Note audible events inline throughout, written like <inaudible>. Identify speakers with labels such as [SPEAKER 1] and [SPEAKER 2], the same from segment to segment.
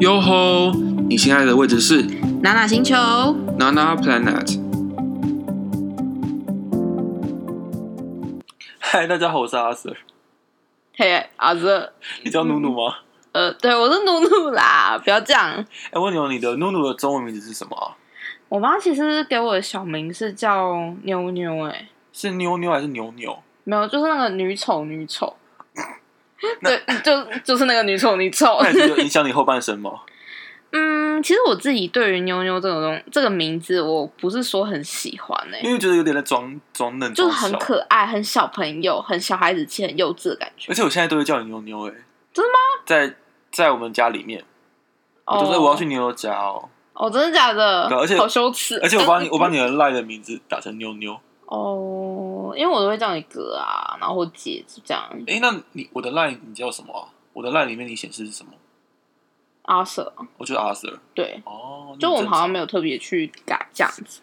[SPEAKER 1] 哟吼！你现在的位置是
[SPEAKER 2] 娜娜星球，
[SPEAKER 1] Nana Planet。嗨，大家好，我是阿 Sir。
[SPEAKER 2] 嘿，阿泽，
[SPEAKER 1] 你叫努努吗？
[SPEAKER 2] 呃，对我是努努啦， <laughs> 不要这样。
[SPEAKER 1] 哎、我问你哦，你的努努的中文名字是什么啊？
[SPEAKER 2] 我妈其实给我的小名是叫妞妞、欸，哎，
[SPEAKER 1] 是妞妞还是牛牛？
[SPEAKER 2] 没有，就是那个女丑
[SPEAKER 1] <laughs>
[SPEAKER 2] 女丑，对，就就是那个女丑女丑
[SPEAKER 1] 那。你觉得影响你后半生吗？
[SPEAKER 2] <laughs> 嗯，其实我自己对于妞妞这种东这个名字，我不是说很喜欢哎、
[SPEAKER 1] 因为觉得有点在装装嫩，
[SPEAKER 2] 就是
[SPEAKER 1] 装
[SPEAKER 2] 很
[SPEAKER 1] 小
[SPEAKER 2] 可爱，很小朋友，很小孩子气，很幼稚的感觉
[SPEAKER 1] 而。且我现在都会叫你妞妞、哎，
[SPEAKER 2] 真的
[SPEAKER 1] 吗？在在我们家里面，我就说我要去
[SPEAKER 2] 哦，
[SPEAKER 1] 妞妞家哦。
[SPEAKER 2] 哦，真的假的？
[SPEAKER 1] 对而且
[SPEAKER 2] 好羞耻。
[SPEAKER 1] 而且我把你我把你的赖的名字打成妞妞。
[SPEAKER 2] 哦，因为我都会叫你哥啊，然后或姐就这样。
[SPEAKER 1] 哎、那你我的赖你叫什么啊？我的赖里面你显示是什么？
[SPEAKER 2] 阿 Sir，
[SPEAKER 1] 我就是阿 Sir。
[SPEAKER 2] 对，
[SPEAKER 1] 哦，
[SPEAKER 2] 就我们好像
[SPEAKER 1] 没
[SPEAKER 2] 没有特别去改这样子。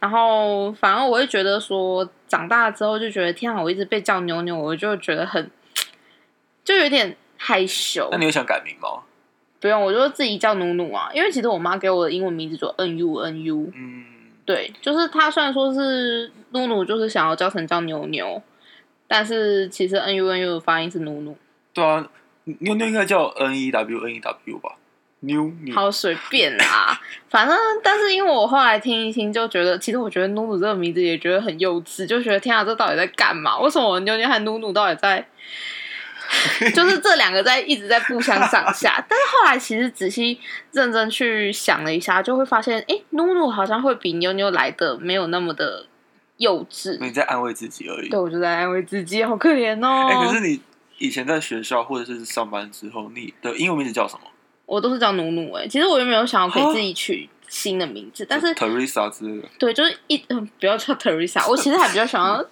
[SPEAKER 2] 然后，反正我会觉得说，长大之后就觉得，天啊，我一直被叫妞妞，我就觉得很，就有点害羞
[SPEAKER 1] 那。你有想改名吗？
[SPEAKER 2] 不用，我就自己叫努努啊，因为其实我妈给我的英文名字叫 N U N U，
[SPEAKER 1] 嗯，
[SPEAKER 2] 对，就是她虽然说是努努，就是想要叫成叫牛牛，但是其实 N U N U 的发音是努努，
[SPEAKER 1] 对啊，妞妞应该叫 N E W N E W 吧？妞妞。
[SPEAKER 2] 好随便啦，反正但是因为我后来听一听，就觉得其实我觉得努努这个名字也觉得很幼稚，就觉得天啊，这到底在干嘛？为什么我妞妞和努努到底
[SPEAKER 1] <laughs>
[SPEAKER 2] 在？就是这两个在一直在不相上下，但是后来其实仔细认真去想了一下，就会发现，哎、努努好像会比妞妞来的没有那么的幼稚。
[SPEAKER 1] 你在安慰自己而已。
[SPEAKER 2] 对，我就在安慰自己，好可怜哦。
[SPEAKER 1] 哎、可是你以前在学校或者是上班之后，你的英文名字叫什么
[SPEAKER 2] 我都是叫努努哎、其实我原本有想要给
[SPEAKER 1] 哦
[SPEAKER 2] 自己取新的名字，但是
[SPEAKER 1] ？Teresa 之类的。
[SPEAKER 2] 对，就是一、嗯、不要叫 Teresa，我其实还比较想要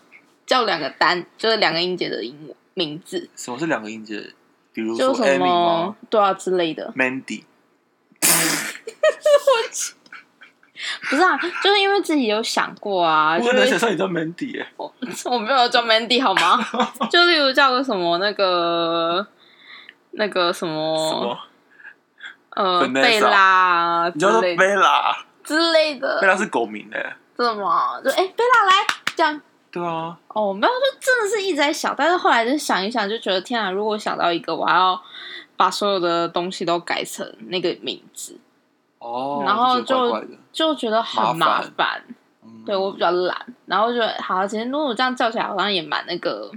[SPEAKER 2] 叫两个单，就是两个音节的英文名字，
[SPEAKER 1] 什么是两个音节？比如
[SPEAKER 2] 就
[SPEAKER 1] 说
[SPEAKER 2] 是什
[SPEAKER 1] Amy 吗
[SPEAKER 2] 么对啊之类的。
[SPEAKER 1] ？Mandy。
[SPEAKER 2] 不是啊，就是因为自己有想过啊，就
[SPEAKER 1] 我很难想
[SPEAKER 2] 是
[SPEAKER 1] 象你叫 Mandy 哎、
[SPEAKER 2] 我 <laughs> 我没有叫 Mandy 好吗？
[SPEAKER 1] <laughs>
[SPEAKER 2] 就例如叫个什么那个那个什么
[SPEAKER 1] 什么？
[SPEAKER 2] 呃
[SPEAKER 1] Vanessa
[SPEAKER 2] 贝拉啊
[SPEAKER 1] 你
[SPEAKER 2] 之
[SPEAKER 1] 叫做
[SPEAKER 2] 类的
[SPEAKER 1] Bella。
[SPEAKER 2] 之类
[SPEAKER 1] Bella
[SPEAKER 2] 的，
[SPEAKER 1] 是狗名哎、
[SPEAKER 2] 是吗？就哎贝拉来这样。
[SPEAKER 1] 对啊，
[SPEAKER 2] 哦，没有，就真的是一直在想，但是后来就想一想，就觉得天啊，如果想到一个，我要把所有的东西都改成那个名字，
[SPEAKER 1] 哦，
[SPEAKER 2] 然后
[SPEAKER 1] 就觉得
[SPEAKER 2] 就
[SPEAKER 1] 怪怪的。
[SPEAKER 2] 就觉得很
[SPEAKER 1] 麻
[SPEAKER 2] 麻
[SPEAKER 1] 烦
[SPEAKER 2] 烦。
[SPEAKER 1] 嗯
[SPEAKER 2] 对我比较懒，然后就好，其实如果这样叫起来，好像也蛮那个，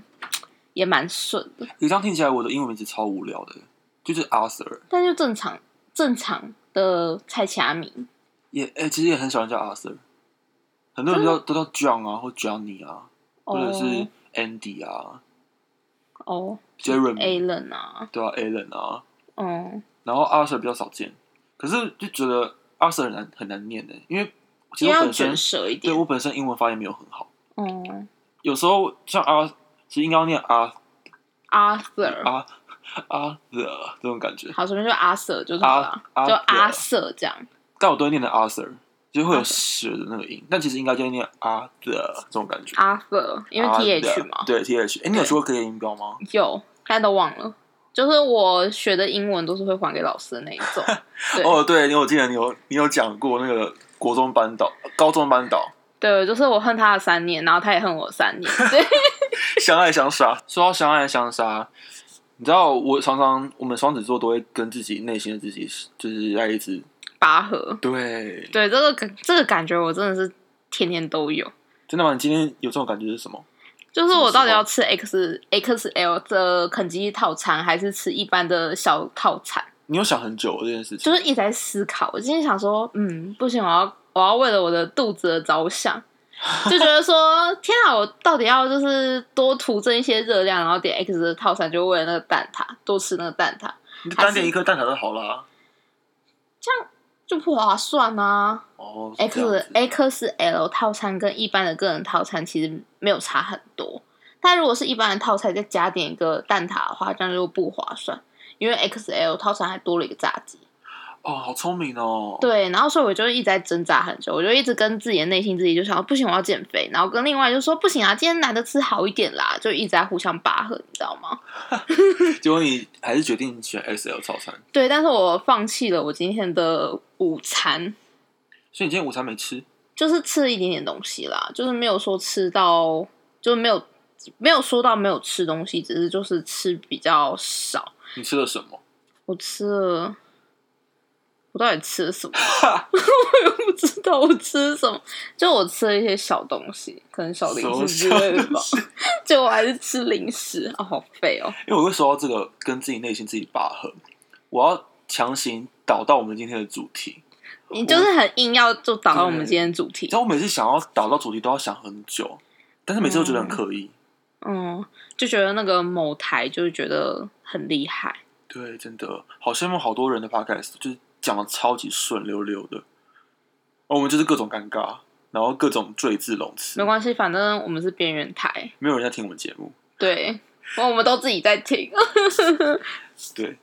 [SPEAKER 2] 也蛮顺的，
[SPEAKER 1] 你这样听起来，我的英文名字超无聊的，就是 Arthur，
[SPEAKER 2] 但就正常正常的菜奇阿米，
[SPEAKER 1] 也诶、其实也很少人叫 Arthur，很多人叫都叫 John 啊，或 Johnny 啊，或者是
[SPEAKER 2] 哦
[SPEAKER 1] Andy 啊
[SPEAKER 2] 哦
[SPEAKER 1] ，Jeremy
[SPEAKER 2] ，Allen 啊，
[SPEAKER 1] 对啊，Alan 啊，
[SPEAKER 2] 嗯，
[SPEAKER 1] 然后 Arthur 比较少见，可是就觉得 Arthur 很难很难念的，因为其
[SPEAKER 2] 因
[SPEAKER 1] 实我
[SPEAKER 2] 为要
[SPEAKER 1] 本身
[SPEAKER 2] 卷舌一
[SPEAKER 1] 对
[SPEAKER 2] 点，
[SPEAKER 1] 我本身英文发音没有很好，
[SPEAKER 2] 嗯
[SPEAKER 1] 有时候像 R 其实应该要念 R
[SPEAKER 2] ，Arthur，
[SPEAKER 1] R R 的这种感觉，
[SPEAKER 2] 好，随便就 Arthur 就好
[SPEAKER 1] 阿
[SPEAKER 2] 了啦，就阿
[SPEAKER 1] 阿
[SPEAKER 2] 瑟这样。
[SPEAKER 1] 但我都会念的 Arthur，就是会有舌的那个音，但其实应该就会念 R 的这种感觉。
[SPEAKER 2] 阿 r 因为
[SPEAKER 1] R
[SPEAKER 2] th
[SPEAKER 1] 的
[SPEAKER 2] 嘛，
[SPEAKER 1] 啊对 th。哎，你有学过科学音标吗？
[SPEAKER 2] 有，大家都忘了。就是我学的英文都是会还给老师的那一种，对
[SPEAKER 1] 哦，对，你我记得你有你有讲过那个国中班导、高中班导
[SPEAKER 2] 对，就是我恨他的三年，然后他也恨我三年，对，
[SPEAKER 1] 相爱相杀。说到相爱相杀，你知道我常常我们双子座都会跟自己内心的自己就是在一直
[SPEAKER 2] 拔河，
[SPEAKER 1] 对，
[SPEAKER 2] 对，这个感这个感觉我真的是天天都有，
[SPEAKER 1] 真的吗？你今天有这种感觉是什么？
[SPEAKER 2] 就是我到底要吃 X XL 的肯基套餐，还是吃一般的小套餐？
[SPEAKER 1] 你有想很久这件事情
[SPEAKER 2] 就？是一直在思考。我今天想说，嗯，不行，我要我要为了我的肚子而着
[SPEAKER 1] <laughs>
[SPEAKER 2] 想，就觉得说，天啊，我到底要就是多徒增一些热量，然后点 X 的套餐，就为了那个蛋挞，多吃那个蛋挞，
[SPEAKER 1] 你单点一颗蛋挞就好啦。
[SPEAKER 2] 就不划算啊。
[SPEAKER 1] 哦是这
[SPEAKER 2] X
[SPEAKER 1] 样子
[SPEAKER 2] X L 套餐跟一般的个人套餐其实没有差很多，但如果是一般的套餐再加点一个蛋挞的话，这样就不划算，因为 X L 套餐还多了一个炸鸡。
[SPEAKER 1] 哦，好聪明哦。
[SPEAKER 2] 对，然后所以我就一直在挣扎很久，我就一直跟自己的内心自己就想，不行，我要减肥，然后跟另外就说不行啊，今天难得吃好一点啦，就一直在互相拔河，你知道吗？
[SPEAKER 1] 结果你还是决定选 XL 套餐，
[SPEAKER 2] 对，但是我放弃了我今天的午餐，
[SPEAKER 1] 所以你今天午餐没吃。
[SPEAKER 2] 就是吃了一点点东西啦，就是没有说吃到，就是没有没有说到没有吃东西，只是就是吃比较少。
[SPEAKER 1] 你吃了什么？
[SPEAKER 2] 我吃了，我到底吃了什么？ <laughs> 我也不知道我吃了什么，就我吃了一些小东西，可能小零食之类的吧。 <laughs> 就我还是吃零食，啊、好废哦！
[SPEAKER 1] 因为我会说到这个跟自己内心自己拔河，我要强行导到我们今天的主题。
[SPEAKER 2] 你就是很硬要就导到我们今天的主
[SPEAKER 1] 你
[SPEAKER 2] 题
[SPEAKER 1] 知。道我每次想要导到主题都要想很久，但是每次都觉得很刻意。
[SPEAKER 2] 嗯，就觉得那个某台就是觉得很厉害。
[SPEAKER 1] 对，真的好羡慕好多人的 podcast，就是讲的超级顺溜溜的，而我们就是各种尴尬，然后各种赘字冗词
[SPEAKER 2] 没，关系，反正我们是边缘台，
[SPEAKER 1] 没有人在听我们节目。
[SPEAKER 2] 对，我们都自己在听。
[SPEAKER 1] 对，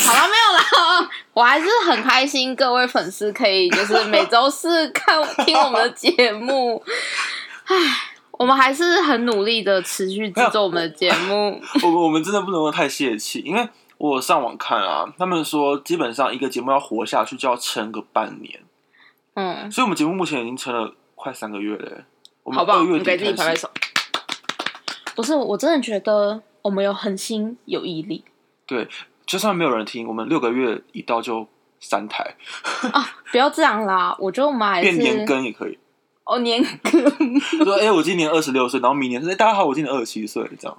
[SPEAKER 2] 好了，没有啦，我还是很开心，各位粉丝可以就是每周四看听我们的
[SPEAKER 1] <laughs>
[SPEAKER 2] 节目。唉，我们还是很努力的持续制作我们的节目。
[SPEAKER 1] 我们我们真的不能够太泄气，因为我上网看啊，他们说基本上一个节目要活下去就要撑个半年，
[SPEAKER 2] 嗯，
[SPEAKER 1] 所以我们节目目前已经撑了快三个月了欸。我们
[SPEAKER 2] 好不好？
[SPEAKER 1] 二
[SPEAKER 2] 我
[SPEAKER 1] 月
[SPEAKER 2] 们
[SPEAKER 1] 底
[SPEAKER 2] 给自己拍
[SPEAKER 1] 开
[SPEAKER 2] 拍
[SPEAKER 1] 始，
[SPEAKER 2] 手。不是，我真的觉得我们有恒心，有毅力。
[SPEAKER 1] 就算没有人听，我们六个月一到就三台，
[SPEAKER 2] 不要这样啦，我觉得我们还
[SPEAKER 1] 变年
[SPEAKER 2] 是
[SPEAKER 1] 更也可以。
[SPEAKER 2] 哦年更，
[SPEAKER 1] 说哎、欸我今年二十六岁，然后明年说哎、欸大家好，我今年二十七岁，这样。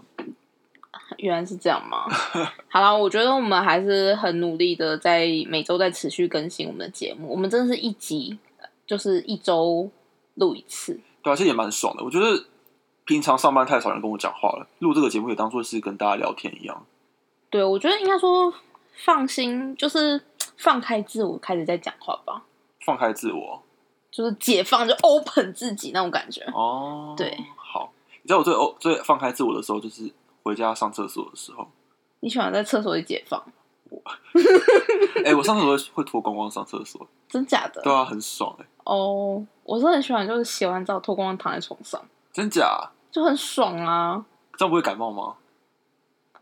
[SPEAKER 2] 原来是这样吗？ <laughs> 好啦，我觉得我们还是很努力的，在每周在持续更新我们的节目。我们真的是一集就是一周录一次，
[SPEAKER 1] 对啊，其实也蛮爽的。我觉得平常上班太少人跟我讲话了，录这个节目也当做是跟大家聊天一样。
[SPEAKER 2] 对我觉得应该说放心，就是放开自我，开始在讲话吧，
[SPEAKER 1] 放开自我
[SPEAKER 2] 就是解放，就 open 自己那种感觉。
[SPEAKER 1] 哦，
[SPEAKER 2] 对，
[SPEAKER 1] 好。你知道我最哦最放开自我的时候，就是回家上厕所的时候。
[SPEAKER 2] 你喜欢在厕所里解放，
[SPEAKER 1] 哎、我上厕所会会脱光光上厕所，
[SPEAKER 2] 真假的？
[SPEAKER 1] 对啊，很爽哎、
[SPEAKER 2] 哦我是很喜欢，就是洗完澡脱光躺在床上，
[SPEAKER 1] 真假？
[SPEAKER 2] 就很爽啊。
[SPEAKER 1] 这样不会感冒吗？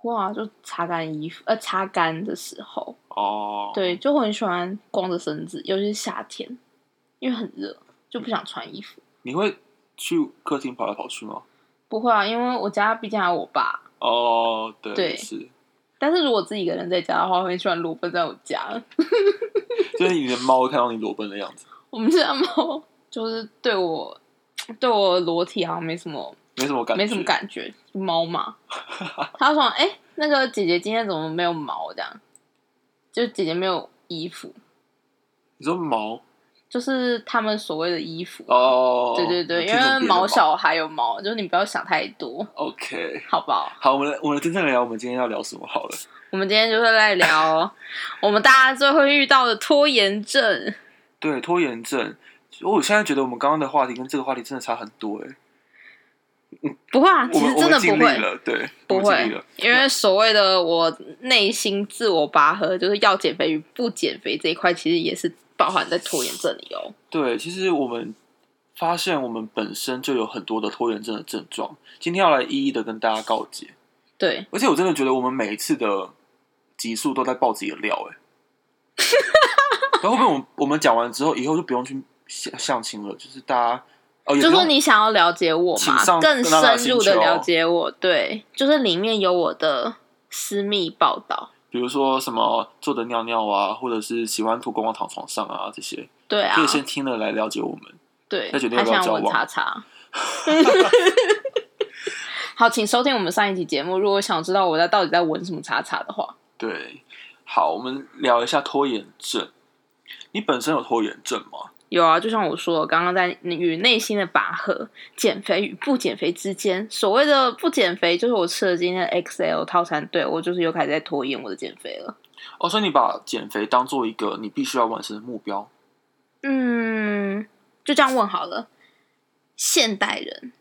[SPEAKER 2] 哇，就擦干衣服，呃，擦干的时候，
[SPEAKER 1] 哦，，
[SPEAKER 2] 对，就我很喜欢光着身子，尤其是夏天，因为很热，就不想穿衣服。
[SPEAKER 1] 你会去客厅跑来跑去吗？
[SPEAKER 2] 不会啊，因为我家毕竟还有我爸。
[SPEAKER 1] 哦，对，
[SPEAKER 2] 对
[SPEAKER 1] 是，
[SPEAKER 2] 但是如果自己一个人在家的话，我很喜欢裸奔在我家。 <laughs>
[SPEAKER 1] 就是你的猫会看到你裸奔的样子，
[SPEAKER 2] 我们家猫就是对我，对我裸体好像没什么，
[SPEAKER 1] 没什么感觉，
[SPEAKER 2] 没什么感觉。
[SPEAKER 1] <laughs>
[SPEAKER 2] 猫嘛，它说：“哎、那个姐姐今天怎么没有毛？”这样，就姐姐没有衣服，
[SPEAKER 1] 你说毛
[SPEAKER 2] 就是他们所谓的衣服。
[SPEAKER 1] 哦，
[SPEAKER 2] 对对对，因
[SPEAKER 1] 听懂
[SPEAKER 2] 为
[SPEAKER 1] 别的
[SPEAKER 2] 毛小孩有毛，就是你不要想太多，
[SPEAKER 1] OK，
[SPEAKER 2] 好不好？
[SPEAKER 1] 好，我们来我们真正聊我们今天要聊什么好了。
[SPEAKER 2] 我们今天就是在
[SPEAKER 1] <laughs>
[SPEAKER 2] 聊我们大家最会遇到的拖延症。
[SPEAKER 1] 对，拖延症，我现在觉得我们刚刚的话题跟这个话题真的差很多哎、
[SPEAKER 2] 不会啊，
[SPEAKER 1] 我
[SPEAKER 2] 其
[SPEAKER 1] 们
[SPEAKER 2] 实
[SPEAKER 1] 我
[SPEAKER 2] 真的
[SPEAKER 1] 们
[SPEAKER 2] 不
[SPEAKER 1] 尽力
[SPEAKER 2] 会，
[SPEAKER 1] 了，对，
[SPEAKER 2] 不
[SPEAKER 1] 我们尽力
[SPEAKER 2] 会
[SPEAKER 1] 了。，
[SPEAKER 2] 因为所谓的我内心自我拔河，就是要减肥与不减肥这一块，其实也是包含在拖延症里哦。
[SPEAKER 1] 对，其实我们发现我们本身就有很多的拖延症的症状，今天要来一一的跟大家告解。
[SPEAKER 2] 对，
[SPEAKER 1] 而且我真的觉得我们每一次的集数都在爆自己的料
[SPEAKER 2] <laughs>
[SPEAKER 1] 哎、然后会不会我们我们讲完之后，以后就不用去相相亲了？就是大家哦，也
[SPEAKER 2] 就
[SPEAKER 1] 不
[SPEAKER 2] 说
[SPEAKER 1] 用
[SPEAKER 2] 你想要了解我
[SPEAKER 1] 请
[SPEAKER 2] 嘛，
[SPEAKER 1] 上
[SPEAKER 2] 更
[SPEAKER 1] 娜娜
[SPEAKER 2] 深入
[SPEAKER 1] 星
[SPEAKER 2] 的
[SPEAKER 1] 球
[SPEAKER 2] 了解我，对，就是里面有我的私密报道，
[SPEAKER 1] 比如说什么坐着尿尿啊，或者是喜欢脱光光躺床上啊这些，
[SPEAKER 2] 对啊
[SPEAKER 1] 可以，先听了来了解我们。
[SPEAKER 2] 对，
[SPEAKER 1] 再决定要
[SPEAKER 2] 还
[SPEAKER 1] 不要
[SPEAKER 2] 想我
[SPEAKER 1] 交往
[SPEAKER 2] 查查。 <laughs> 好，请收听我们上一集节目。如果想知道我在到底在闻什么查查的话，
[SPEAKER 1] 对，好，我们聊一下拖延症。你本身有拖延症吗？
[SPEAKER 2] 有啊，就像我说，刚刚在与内心的拔河、减肥与不减肥之间，所谓的不减肥，就是我吃了今天的 XL 套餐，对我就是又开始在拖延我的减肥了。
[SPEAKER 1] 哦，所以你把减肥当做一个你必须要完成的目标。
[SPEAKER 2] 嗯，就这样问好了。现代人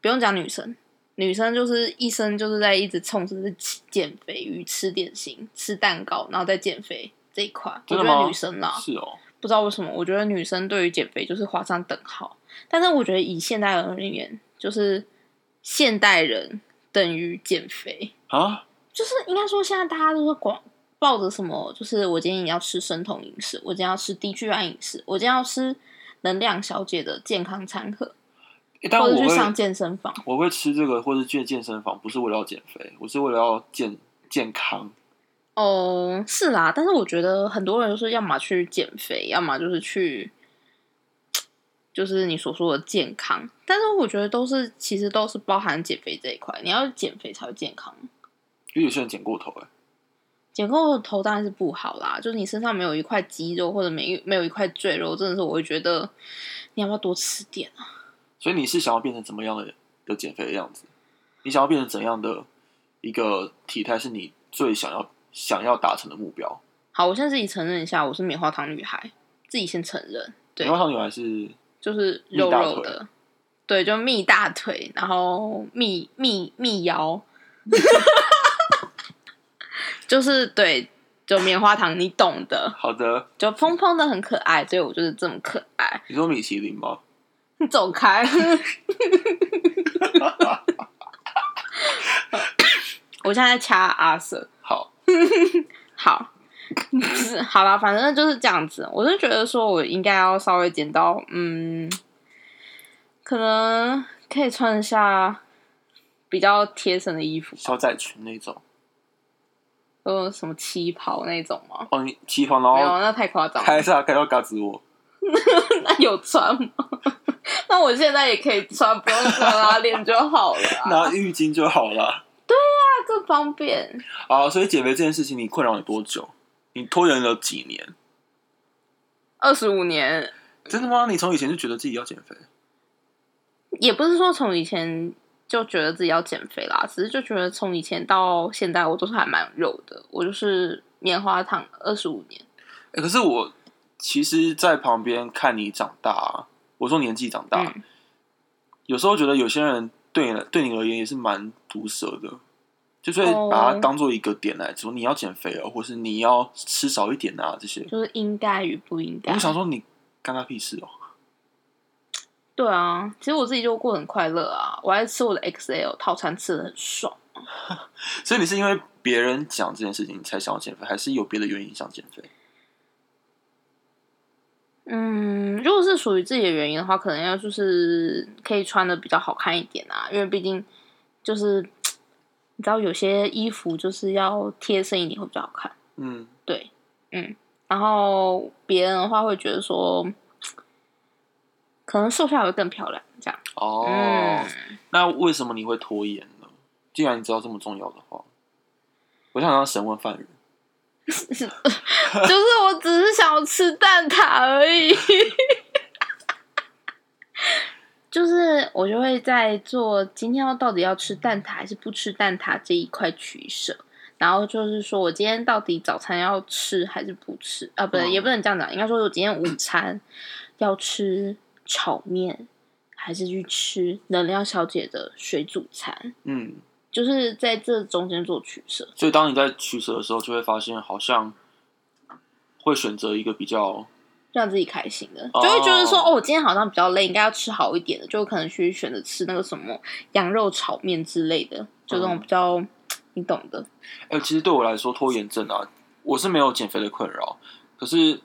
[SPEAKER 2] 不用讲女生，女生就是一生就是在一直冲着是减肥与吃点心、吃蛋糕，然后再减肥，这一块，我
[SPEAKER 1] 真
[SPEAKER 2] 觉
[SPEAKER 1] 的吗
[SPEAKER 2] 得女生啦，
[SPEAKER 1] 是哦，
[SPEAKER 2] 不知道为什么，我觉得女生对于减肥就是画上等号。但是我觉得以现代人而言，就是现代人等于减肥，
[SPEAKER 1] 啊，
[SPEAKER 2] 就是应该说现在大家都是广抱着什么，就是我今天要吃生酮饮食，我今天要吃低聚胺饮食，我今天要吃能量小姐的健康餐盒，
[SPEAKER 1] 欸但
[SPEAKER 2] 或
[SPEAKER 1] 我
[SPEAKER 2] 者去
[SPEAKER 1] 会
[SPEAKER 2] 上健身房。
[SPEAKER 1] 我会吃这个，或是去健身房，不是为了要减肥，我是为了要健健康。
[SPEAKER 2] 哦，是啦，但是我觉得很多人就是要么去减肥，要么就是去，就是你所说的健康。但是我觉得都是其实都是包含减肥这一块，你要减肥才会健康。
[SPEAKER 1] 因为有些人减过头、欸，
[SPEAKER 2] 减过头当然是不好啦，就是你身上没有一块肌肉或者没没有一块赘肉，真的是我会觉得你要不要多吃点啊？
[SPEAKER 1] 所以你是想要变成怎么样的的减肥的样子？你想要变成怎样的一个体态是你最想要想要达成的目标？
[SPEAKER 2] 好，我现在自己承认一下，我是棉花糖女孩，自己先承认，对
[SPEAKER 1] 棉花糖女孩是
[SPEAKER 2] 就是
[SPEAKER 1] 蜜
[SPEAKER 2] 肉
[SPEAKER 1] 大
[SPEAKER 2] 肉
[SPEAKER 1] 腿
[SPEAKER 2] 的，对，就蜜大腿，然后蜜蜜蜜腰， <laughs> 就是对，就棉花糖，你懂的，
[SPEAKER 1] 好的，
[SPEAKER 2] 就蓬蓬的很可爱，所以我就是这么可爱。
[SPEAKER 1] 你说米其林吗？
[SPEAKER 2] 你走开！我现在在掐阿 Sir。
[SPEAKER 1] 好，
[SPEAKER 2] 好，好啦，反正就是这样子。我是觉得说，我应该要稍微减到，嗯，可能可以穿一下比较贴身的衣服，
[SPEAKER 1] 小窄裙那种
[SPEAKER 2] 呃，什么旗袍那种吗？
[SPEAKER 1] 哦，你旗袍
[SPEAKER 2] 没
[SPEAKER 1] 然
[SPEAKER 2] 有，啊
[SPEAKER 1] 后
[SPEAKER 2] 那太夸
[SPEAKER 1] <laughs>
[SPEAKER 2] 张了。
[SPEAKER 1] 开下开到嘎吱窝，
[SPEAKER 2] 那有穿吗？ <laughs> 那我现在也可以穿，不用穿拉链就好了、啊。
[SPEAKER 1] 拿浴巾就好了。
[SPEAKER 2] 那更方便。
[SPEAKER 1] 好，所以减肥这件事情你困扰你多久？你拖延了几年？
[SPEAKER 2] 二十五年
[SPEAKER 1] 真的吗？你从以前就觉得自己要减肥？
[SPEAKER 2] 也不是说从以前就觉得自己要减肥啦，只是就觉得从以前到现在，我都是还蛮肉的，我就是棉花糖二十五年。
[SPEAKER 1] 欸可是我其实，在旁边看你长大、啊，我说年纪长大，
[SPEAKER 2] 嗯
[SPEAKER 1] 有时候觉得有些人对你对你而言也是蛮毒舌的，就是
[SPEAKER 2] 哦
[SPEAKER 1] 会把它当做一个点来说，你要减肥哦，或是你要吃少一点啊这些。
[SPEAKER 2] 就是应该与不应该
[SPEAKER 1] 我。想说你干他屁事哦，
[SPEAKER 2] 对啊，其实我自己就过得很快乐啊，我还吃我的 XL 套餐，吃的很爽。
[SPEAKER 1] 所以你是因为别人讲这件事情你才想要减肥，还是有别的原因想减肥？
[SPEAKER 2] 嗯，如果是属于自己的原因的话，可能要就是可以穿的比较好看一点啊，因为毕竟就是你知道有些衣服就是要贴身一点会比较好看。
[SPEAKER 1] 嗯，
[SPEAKER 2] 对，嗯，然后别人的话会觉得说，可能瘦下来会更漂亮，这样。
[SPEAKER 1] 哦，
[SPEAKER 2] 嗯，
[SPEAKER 1] 那为什么你会拖延呢？既然你知道这么重要的话，我想当审问犯人。
[SPEAKER 2] <laughs> 就是我只是想要吃蛋挞而已。 <laughs> 就是我就会在做今天要到底要吃蛋挞还是不吃蛋挞这一块取舍，然后就是说我今天到底早餐要吃还是不吃啊？不对，
[SPEAKER 1] 嗯
[SPEAKER 2] 也不能这样讲，应该说我今天午餐要吃炒面还是去吃能量小姐的水煮餐，
[SPEAKER 1] 嗯，
[SPEAKER 2] 就是在这中间做取舍。
[SPEAKER 1] 所以当你在取舍的时候，就会发现好像会选择一个比较
[SPEAKER 2] 让自己开心的，
[SPEAKER 1] 哦
[SPEAKER 2] 就会觉得说，哦，我今天好像比较累，应该要吃好一点的，就可能去选择吃那个什么羊肉炒面之类的，就
[SPEAKER 1] 嗯
[SPEAKER 2] 这种比较、嗯你懂的。
[SPEAKER 1] 哎、其实对我来说，拖延症啊，我是没有减肥的困扰，可是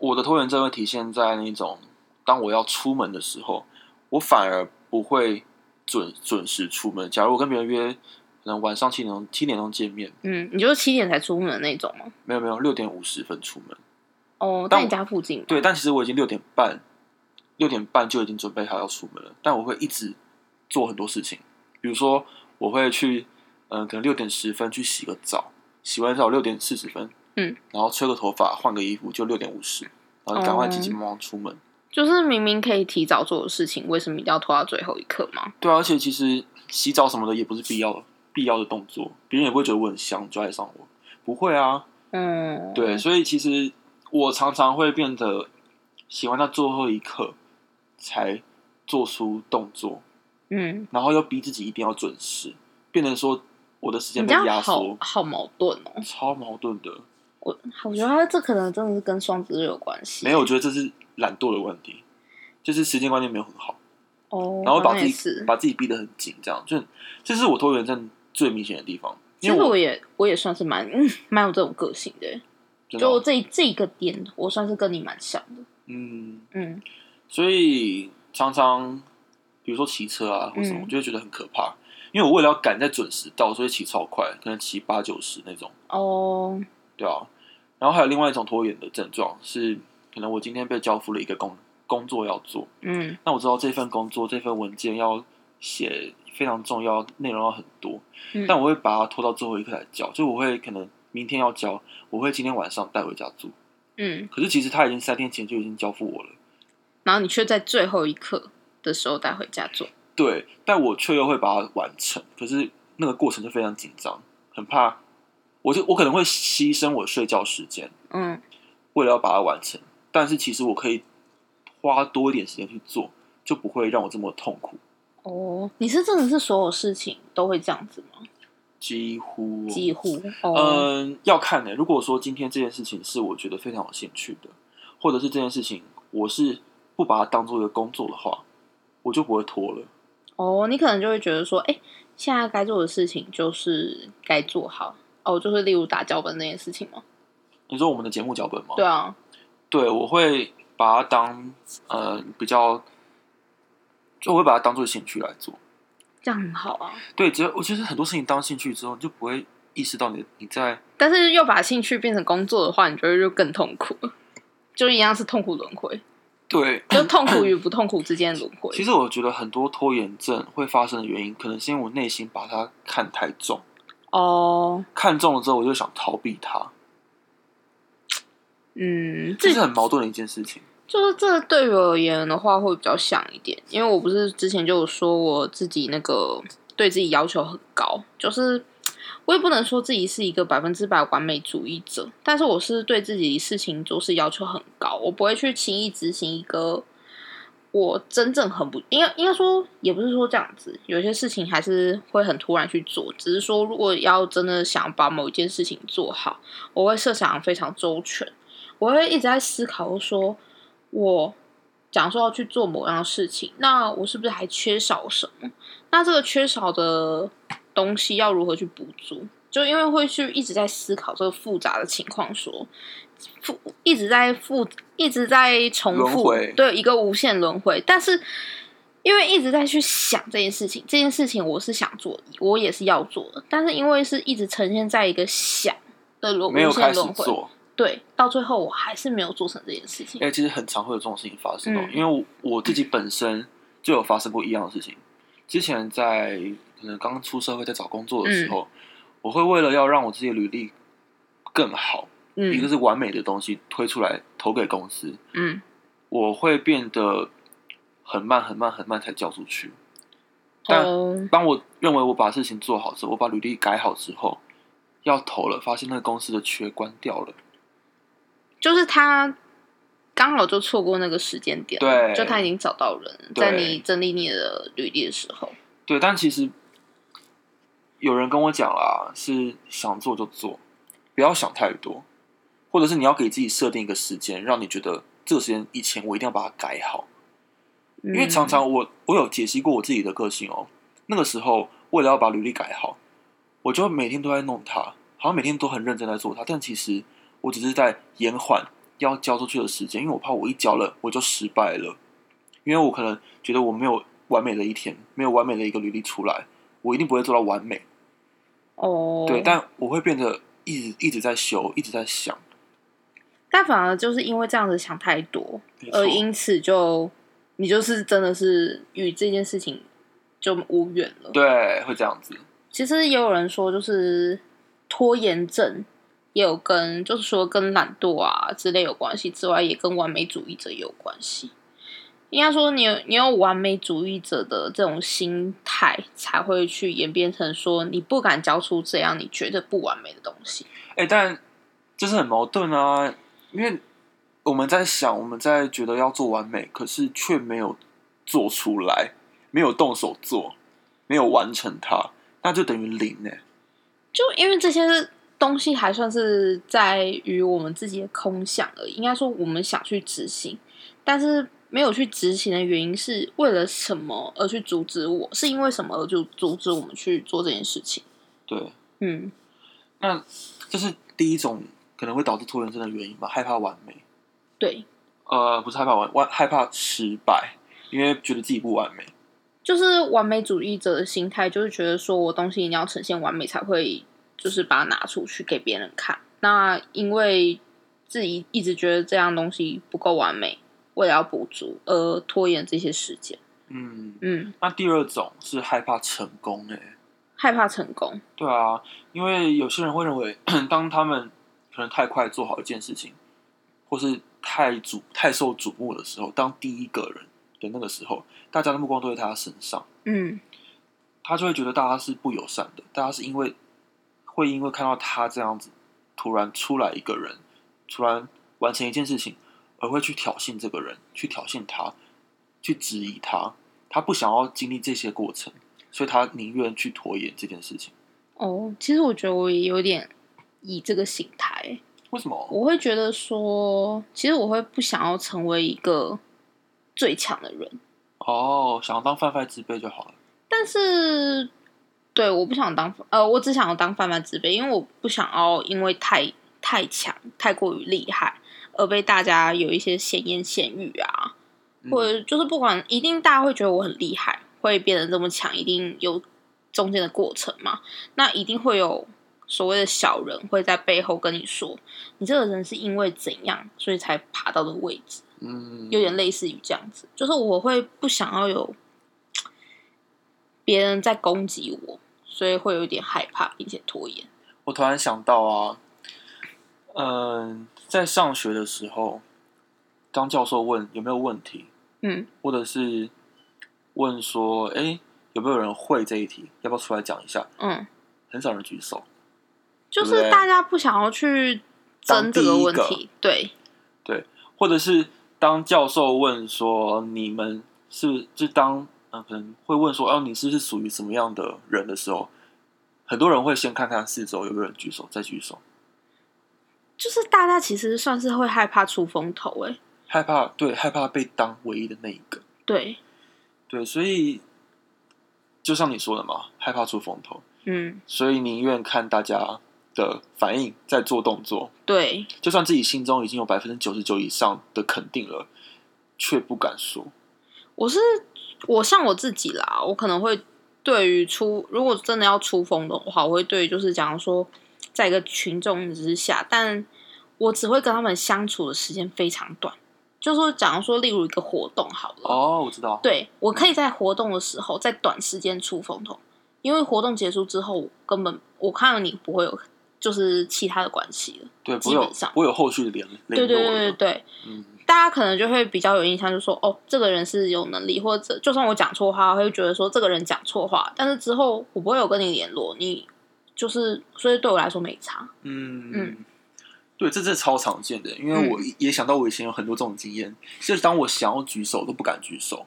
[SPEAKER 1] 我的拖延症会体现在那种，当我要出门的时候，我反而不会准准时出门。假如我跟别人约，可能晚上七点钟七点钟见面，
[SPEAKER 2] 嗯，你就是七点才出门的那种吗？
[SPEAKER 1] 没有没有六点五十分出门，
[SPEAKER 2] 哦，
[SPEAKER 1] 但我
[SPEAKER 2] 在你家附近吗？
[SPEAKER 1] 对，但其实我已经六点半六点半就已经准备好要出门了，但我会一直做很多事情，比如说我会去，嗯、可能六点十分去洗个澡，洗完澡六点四十分，
[SPEAKER 2] 嗯，
[SPEAKER 1] 然后吹个头发，换个衣服就六点五十，然后就赶快急急忙忙出门。
[SPEAKER 2] 就是明明可以提早做的事情，为什么一定要拖到最后一刻吗？
[SPEAKER 1] 对啊，而且其实洗澡什么的也不是必要的必要的动作，别人也不会觉得我很香就爱上我，不会啊，
[SPEAKER 2] 嗯，
[SPEAKER 1] 对，，所以其实我常常会变得喜欢到最后一刻才做出动作，
[SPEAKER 2] 嗯，
[SPEAKER 1] 然后又逼自己一定要准时，变成说我的时间
[SPEAKER 2] 你
[SPEAKER 1] 被
[SPEAKER 2] 这样
[SPEAKER 1] 压
[SPEAKER 2] 好
[SPEAKER 1] 缩，
[SPEAKER 2] 好矛盾哦。
[SPEAKER 1] 超矛盾的。
[SPEAKER 2] 我我觉得他这可能真的是跟双子日有关系。
[SPEAKER 1] 没有，我觉得这是懒惰的问题，就是时间观念没有很好，
[SPEAKER 2] 哦，
[SPEAKER 1] 然后把
[SPEAKER 2] 好像
[SPEAKER 1] 自
[SPEAKER 2] 也
[SPEAKER 1] 己
[SPEAKER 2] 是。
[SPEAKER 1] 把自己逼得很紧，这样就这是我拖延症最明显的地方。
[SPEAKER 2] 其
[SPEAKER 1] 因
[SPEAKER 2] 实
[SPEAKER 1] 为
[SPEAKER 2] 我
[SPEAKER 1] 我
[SPEAKER 2] 也我也算是蛮嗯蛮有这种个性的，
[SPEAKER 1] 真的
[SPEAKER 2] 就
[SPEAKER 1] 哦
[SPEAKER 2] 这这个点我算是跟你蛮像的。
[SPEAKER 1] 嗯，
[SPEAKER 2] 嗯，
[SPEAKER 1] 所以常常比如说骑车啊或什么，
[SPEAKER 2] 嗯
[SPEAKER 1] 我就会觉得很可怕。因为我为了要赶在准时到，所以骑超快，可能骑八九十那种。
[SPEAKER 2] 哦，
[SPEAKER 1] 对啊，然后还有另外一种拖延的症状是，可能我今天被交付了一个工工作要做，
[SPEAKER 2] 嗯
[SPEAKER 1] 那我知道这份工作这份文件要写非常重要，内容要很多，
[SPEAKER 2] 嗯
[SPEAKER 1] 但我会把它拖到最后一刻才交，就我会可能明天要交，我会今天晚上带回家做，
[SPEAKER 2] 嗯，
[SPEAKER 1] 可是其实他已经三天前就已经交付我了，
[SPEAKER 2] 然后你却在最后一刻的时候带回家做。
[SPEAKER 1] 对，但我却又会把它完成，可是那个过程就非常紧张，很怕，我就我可能会牺牲我睡觉时间，
[SPEAKER 2] 嗯
[SPEAKER 1] 为了要把它完成，但是其实我可以花多一点时间去做，就不会让我这么痛苦。
[SPEAKER 2] 哦，你是真的是所有事情都会这样子吗？
[SPEAKER 1] 几乎，
[SPEAKER 2] 几乎哦，
[SPEAKER 1] 嗯，要看呢、如果说今天这件事情是我觉得非常有兴趣的，或者是这件事情我是不把它当做一个工作的话，我就不会拖了。
[SPEAKER 2] 哦，你可能就会觉得说，哎、现在该做的事情就是该做好。哦，就是例如打脚本那件事情吗？
[SPEAKER 1] 你说我们的节目脚本吗？
[SPEAKER 2] 对啊，
[SPEAKER 1] 对，我会把它当呃比较，就我会把它当做兴趣来做。
[SPEAKER 2] 这样很好啊。
[SPEAKER 1] 对，只要我其实很多事情当兴趣之后，你就不会意识到你你在
[SPEAKER 2] 但是又把兴趣变成工作的话，你觉得就更痛苦 <laughs> 了，就一样是痛苦轮回，
[SPEAKER 1] 对
[SPEAKER 2] 就痛苦与不痛苦之间的轮回。
[SPEAKER 1] 其实我觉得很多拖延症会发生的原因，可能是因为我内心把它看太重，
[SPEAKER 2] 哦，
[SPEAKER 1] 看重了之后我就想逃避它，
[SPEAKER 2] 嗯，
[SPEAKER 1] 这
[SPEAKER 2] 这
[SPEAKER 1] 是很矛盾的一件事情。
[SPEAKER 2] 就是这对我而言的话会比较像一点，因为我不是之前就有说我自己那个对自己要求很高，就是我也不能说自己是一个百分之百完美主义者，但是我是对自己事情做事要求很高，我不会去轻易执行一个我真正很不应该应该说也不是说这样子，有些事情还是会很突然去做，只是说如果要真的想把某一件事情做好，我会设想非常周全。我会一直在思考说，我假如说要去做某样事情，那我是不是还缺少什么？那这个缺少的东西要如何去补足？就因为会去一直在思考这个复杂的情况说复一直在复一直在重
[SPEAKER 1] 轮
[SPEAKER 2] 复
[SPEAKER 1] 回，
[SPEAKER 2] 对一个无限轮回。但是因为一直在去想这件事情，这件事情我是想做的，我也是要做的，但是因为是一直呈现在一个想的轮
[SPEAKER 1] 没有
[SPEAKER 2] 无
[SPEAKER 1] 开
[SPEAKER 2] 限
[SPEAKER 1] 始
[SPEAKER 2] 轮回，
[SPEAKER 1] 做，
[SPEAKER 2] 对，到最后我还是没有做成这件事情
[SPEAKER 1] 哎、。其实很常会有这种事情发生哦。
[SPEAKER 2] 嗯
[SPEAKER 1] 因为我我自己本身就有发生过一样的事情，之前在可能刚出社会在找工作
[SPEAKER 2] 嗯
[SPEAKER 1] 的时候，我会为了要让我自己的履历更好，一个
[SPEAKER 2] 嗯
[SPEAKER 1] 是完美的东西推出来投给公司，
[SPEAKER 2] 嗯，
[SPEAKER 1] 我会变得很慢很慢很慢才交出去。但
[SPEAKER 2] 哦，
[SPEAKER 1] 当我认为我把事情做好之后，我把履历改好之后，要投了，发现那个公司的缺关掉了，
[SPEAKER 2] 就是他刚好就错过那个时间点，
[SPEAKER 1] 对
[SPEAKER 2] 就他已经找到人，
[SPEAKER 1] 对
[SPEAKER 2] 在你整理你的履历的时候，
[SPEAKER 1] 对，但其实有人跟我讲啦，是想做就做，不要想太多，或者是你要给自己设定一个时间，让你觉得这个时间以前我一定要把它改好，
[SPEAKER 2] 因
[SPEAKER 1] 因
[SPEAKER 2] 嗯
[SPEAKER 1] 为常常我我有解析过我自己的个性哦，那个时候为了要把履历改好，我就每天都在弄它，好像每天都很认真在做它，但其实我只是在延缓要交出去的时间，因为我怕我一交了我就失败了，因为我可能觉得我没有完美的一天，没有完美的一个履历出来，我一定不会做到完美，
[SPEAKER 2] 哦，
[SPEAKER 1] 对，但我会变得一直一直在修，一直在想，
[SPEAKER 2] 但反而就是因为这样子想太多，
[SPEAKER 1] 没错
[SPEAKER 2] 而因此就你就是真的是与这件事情就无缘了。
[SPEAKER 1] 对，会这样子，
[SPEAKER 2] 其实也有人说，就是拖延症也有跟，就是说跟懒惰啊之类有关系之外，也跟完美主义者也有关系。应该说你，有你有完美主义者的这种心态，才会去演变成说，你不敢交出这样你觉得不完美的东西。
[SPEAKER 1] 哎、但就是很矛盾啊，因为我们在想，我们在觉得要做完美，可是却没有做出来，没有动手做，没有完成它，那就等于零呢、欸
[SPEAKER 2] 就因为这些东西还算是在于我们自己的空想而已。应该说我们想去执行，但是没有去执行的原因是为了什么而去阻止我？是因为什么而就阻止我们去做这件事情？
[SPEAKER 1] 对，
[SPEAKER 2] 嗯，
[SPEAKER 1] 那这是第一种可能会导致拖延症的原因吧，害怕完美。
[SPEAKER 2] 对，
[SPEAKER 1] 呃，不是害怕完完，害怕失败，因为觉得自己不完美。
[SPEAKER 2] 就是完美主义者的心态，就是觉得说我东西一定要呈现完美才会，就是把它拿出去给别人看。那因为自己一直觉得这样东西不够完美，为了要补足而拖延这些时间。
[SPEAKER 1] 嗯，
[SPEAKER 2] 嗯，
[SPEAKER 1] 那第二种是害怕成功、欸，哎，
[SPEAKER 2] 害怕成功。
[SPEAKER 1] 对啊，因为有些人会认为，当他们可能太快做好一件事情，或是太瞩太受瞩目的时候，当第一个人的那个时候，大家的目光都在他身上，
[SPEAKER 2] 嗯，
[SPEAKER 1] 他就会觉得大家是不友善的，大家是因为会因为看到他这样子突然出来一个人，突然完成一件事情，而会去挑衅这个人，去挑衅他，去质疑他，他不想要经历这些过程，所以他宁愿去拖延这件事情。
[SPEAKER 2] 哦，其实我觉得我也有点以这个心态，
[SPEAKER 1] 为什么？
[SPEAKER 2] 我会觉得说，其实我会不想要成为一个最强的人。
[SPEAKER 1] 哦，想要当泛泛之辈就好了。
[SPEAKER 2] 但是，对，我不想当呃，我只想要当贩卖之辈，因为我不想要因为太太强、太过于厉害而被大家有一些闲言闲语啊，
[SPEAKER 1] 嗯
[SPEAKER 2] 或者就是不管，一定大家会觉得我很厉害，会变得这么强，一定有中间的过程嘛，那一定会有。所谓的小人会在背后跟你说，你这个人是因为怎样，所以才爬到的位置。
[SPEAKER 1] 嗯，
[SPEAKER 2] 有点类似于这样子，就是我会不想要有别人在攻击我，所以会有点害怕，并且拖延。
[SPEAKER 1] 我突然想到啊，嗯、在上学的时候，当教授问有没有问题，
[SPEAKER 2] 嗯
[SPEAKER 1] 或者是问说，哎、有没有人会这一题，要不要出来讲一下？
[SPEAKER 2] 嗯，
[SPEAKER 1] 很少人举手。
[SPEAKER 2] 就
[SPEAKER 1] 对不
[SPEAKER 2] 是
[SPEAKER 1] 对
[SPEAKER 2] 大家不想要去争这问
[SPEAKER 1] 当第
[SPEAKER 2] 题，对，
[SPEAKER 1] 或者是当教授问说你们是就当嗯可能会问说哦你是是属于什么样的人的时候，很多人会先看看四周有没有人举手，再举手，
[SPEAKER 2] 就是大家其实算是会害怕出风头、欸，哎，
[SPEAKER 1] 害怕对害怕被当唯一的那一个，
[SPEAKER 2] 对，
[SPEAKER 1] 对，所以就像你说的嘛，害怕出风头，
[SPEAKER 2] 嗯，
[SPEAKER 1] 所以宁愿看大家的反应再做动作，
[SPEAKER 2] 对，
[SPEAKER 1] 就算自己心中已经有百分之九十九以上的肯定了，却不敢说。
[SPEAKER 2] 我是我像我自己啦，我可能会对于出如果真的要出风的话，我会对于就是假如说在一个群众之下，但我只会跟他们相处的时间非常短。就说假如说例如一个活动好了，
[SPEAKER 1] 哦，我知道，
[SPEAKER 2] 对我可以在活动的时候在短时间出风头，因为活动结束之后，我根本我看到你不会有就是其他的关系了。
[SPEAKER 1] 对，
[SPEAKER 2] 基
[SPEAKER 1] 不会有
[SPEAKER 2] 本上
[SPEAKER 1] 不会有后续的联
[SPEAKER 2] 对
[SPEAKER 1] 联
[SPEAKER 2] 对
[SPEAKER 1] 络了。
[SPEAKER 2] 对对对，
[SPEAKER 1] 嗯，
[SPEAKER 2] 大家可能就会比较有印象，就说哦，这个人是有能力，或者就算我讲错话，会觉得说这个人讲错话，但是之后我不会有跟你联络，你就是所以对我来说没差。
[SPEAKER 1] 嗯
[SPEAKER 2] 嗯
[SPEAKER 1] 对，这是超常见的，因为我也想到我以前有很多这种经验，就是当我想要举手都不敢举手，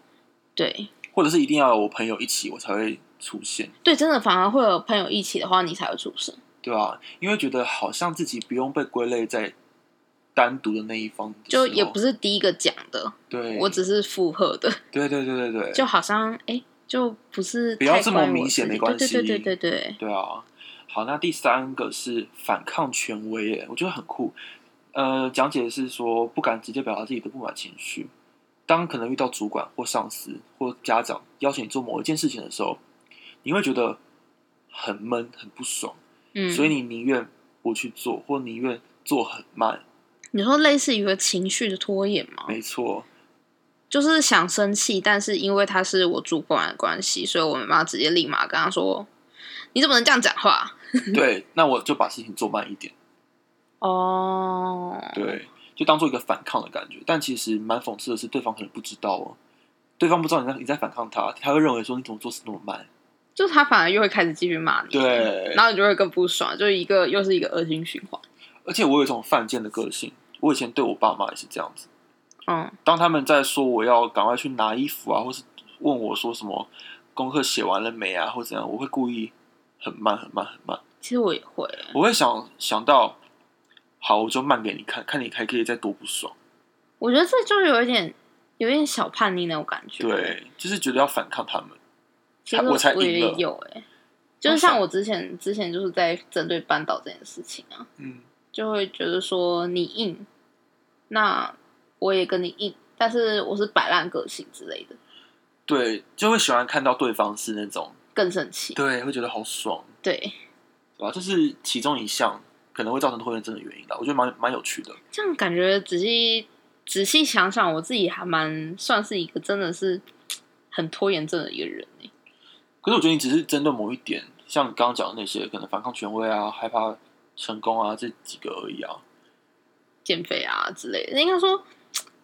[SPEAKER 2] 对
[SPEAKER 1] 或者是一定要有我朋友一起我才会出现，
[SPEAKER 2] 对，真的反而会有朋友一起的话，你才会出声。
[SPEAKER 1] 对吧、因为觉得好像自己不用被归类在单独的那一方的时候，
[SPEAKER 2] 就也不是第一个讲的，
[SPEAKER 1] 对，
[SPEAKER 2] 我只是附和的，
[SPEAKER 1] 对对对对嗯对，
[SPEAKER 2] 就好像哎、诶就不是
[SPEAKER 1] 不要
[SPEAKER 2] 太
[SPEAKER 1] 这么
[SPEAKER 2] 关我
[SPEAKER 1] 明显
[SPEAKER 2] 事
[SPEAKER 1] 没
[SPEAKER 2] 情
[SPEAKER 1] 关
[SPEAKER 2] 对对
[SPEAKER 1] 系
[SPEAKER 2] 对对对对，
[SPEAKER 1] 对啊，好，那第三个是反抗权威耶，我觉得很酷。呃，讲解是说不敢直接表达自己的不满情绪，当可能遇到主管或上司或家长要求你做某一件事情的时候，你会觉得很闷、很不爽，
[SPEAKER 2] 嗯，
[SPEAKER 1] 所以你宁愿不去做，或宁愿做很慢。
[SPEAKER 2] 你说类似于一个情绪的拖延吗？
[SPEAKER 1] 没错，
[SPEAKER 2] 就是想生气，但是因为他是我主管的关系，所以我没办法直接立马跟他说：“你怎么能这样讲话
[SPEAKER 1] 对，那我就把事情做慢一点，？”
[SPEAKER 2] 哦，
[SPEAKER 1] 对，就当做一个反抗的感觉。但其实蛮讽刺的是，对方可能不知道哦，对方不知道你在你在反抗他，他会认为说你怎么做事那么慢。
[SPEAKER 2] 就是他反而又会开始继续骂你，，
[SPEAKER 1] 对，
[SPEAKER 2] 然后你就会更不爽，就一个又是一个恶性循环。
[SPEAKER 1] 而且我有一种犯贱的个性，我以前对我爸妈也是这样子。
[SPEAKER 2] 嗯，
[SPEAKER 1] 当他们在说我要赶快去拿衣服啊，或是问我说什么功课写完了没啊，或怎样，我会故意很慢、很慢、很慢。
[SPEAKER 2] 其实我也会，
[SPEAKER 1] 我会想想到，好，我就慢给你看，看你还可以再多不爽。
[SPEAKER 2] 我觉得这就有一点有一点小叛逆那种感觉。，
[SPEAKER 1] 对，就是觉得要反抗他们。
[SPEAKER 2] 其实
[SPEAKER 1] 我才赢了哦
[SPEAKER 2] 也有哎、就是像我之前之前就是在针对扳倒这件事情啊，
[SPEAKER 1] 嗯，
[SPEAKER 2] 就会觉得说你硬，那我也跟你硬，但是我是摆烂个性之类的，
[SPEAKER 1] 对，就会喜欢看到对方是那种，
[SPEAKER 2] 更生气。
[SPEAKER 1] 对，会觉得好爽，
[SPEAKER 2] 对，
[SPEAKER 1] 对吧？这是其中一项可能会造成拖延症的原因的，我觉得蛮蛮有趣的。
[SPEAKER 2] 这样感觉仔细仔细想想，我自己还蛮算是一个真的是很拖延症的一个人欸
[SPEAKER 1] 可是我觉得你只是针对某一点，像你刚刚讲的那些，可能反抗权威啊、害怕成功啊这几个而已啊。
[SPEAKER 2] 减肥啊之类的。应该说，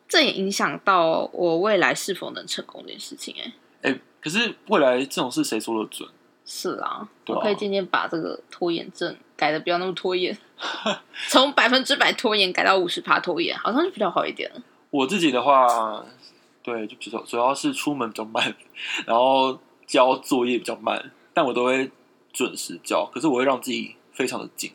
[SPEAKER 2] 这也影响到我未来是否能成功这件事情、欸。哎，
[SPEAKER 1] 哎、可是未来这种事谁说的准？
[SPEAKER 2] 是啊，
[SPEAKER 1] 对啊
[SPEAKER 2] 我可以渐渐把这个拖延症改的不要那么拖延， <laughs> 从百分之百拖延改到五十趴拖延，好像就比较好一点了。
[SPEAKER 1] 我自己的话，对，就主要主要是出门比较慢，然后交作业比较慢，但我都会准时交。可是我会让自己非常的紧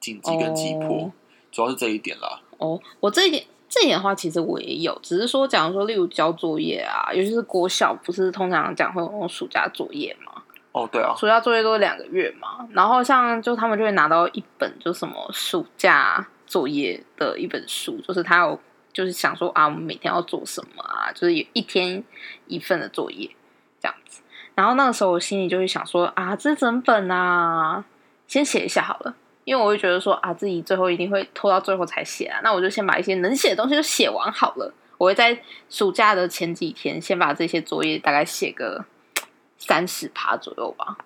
[SPEAKER 1] 紧急跟急迫
[SPEAKER 2] 哦
[SPEAKER 1] 主要是这一点啦。
[SPEAKER 2] 哦，我这一点。这一点的话，其实我也有，只是说，假如说，例如交作业啊，尤其是国小，不是通常讲会有那种暑假作业嘛，
[SPEAKER 1] 哦，对啊，
[SPEAKER 2] 暑假作业都是两个月嘛，然后像就他们就会拿到一本就什么暑假作业的一本书，就是他有就是想说啊，我们每天要做什么啊，就是有一天一份的作业这样子。然后那个时候我心里就会想说啊，这整本啊，先写一下好了，因为我会觉得说啊，自己最后一定会拖到最后才写啊，那我就先把一些能写的东西都写完好了。我会在暑假的前几天先把这些作业大概写个三十趴左右吧，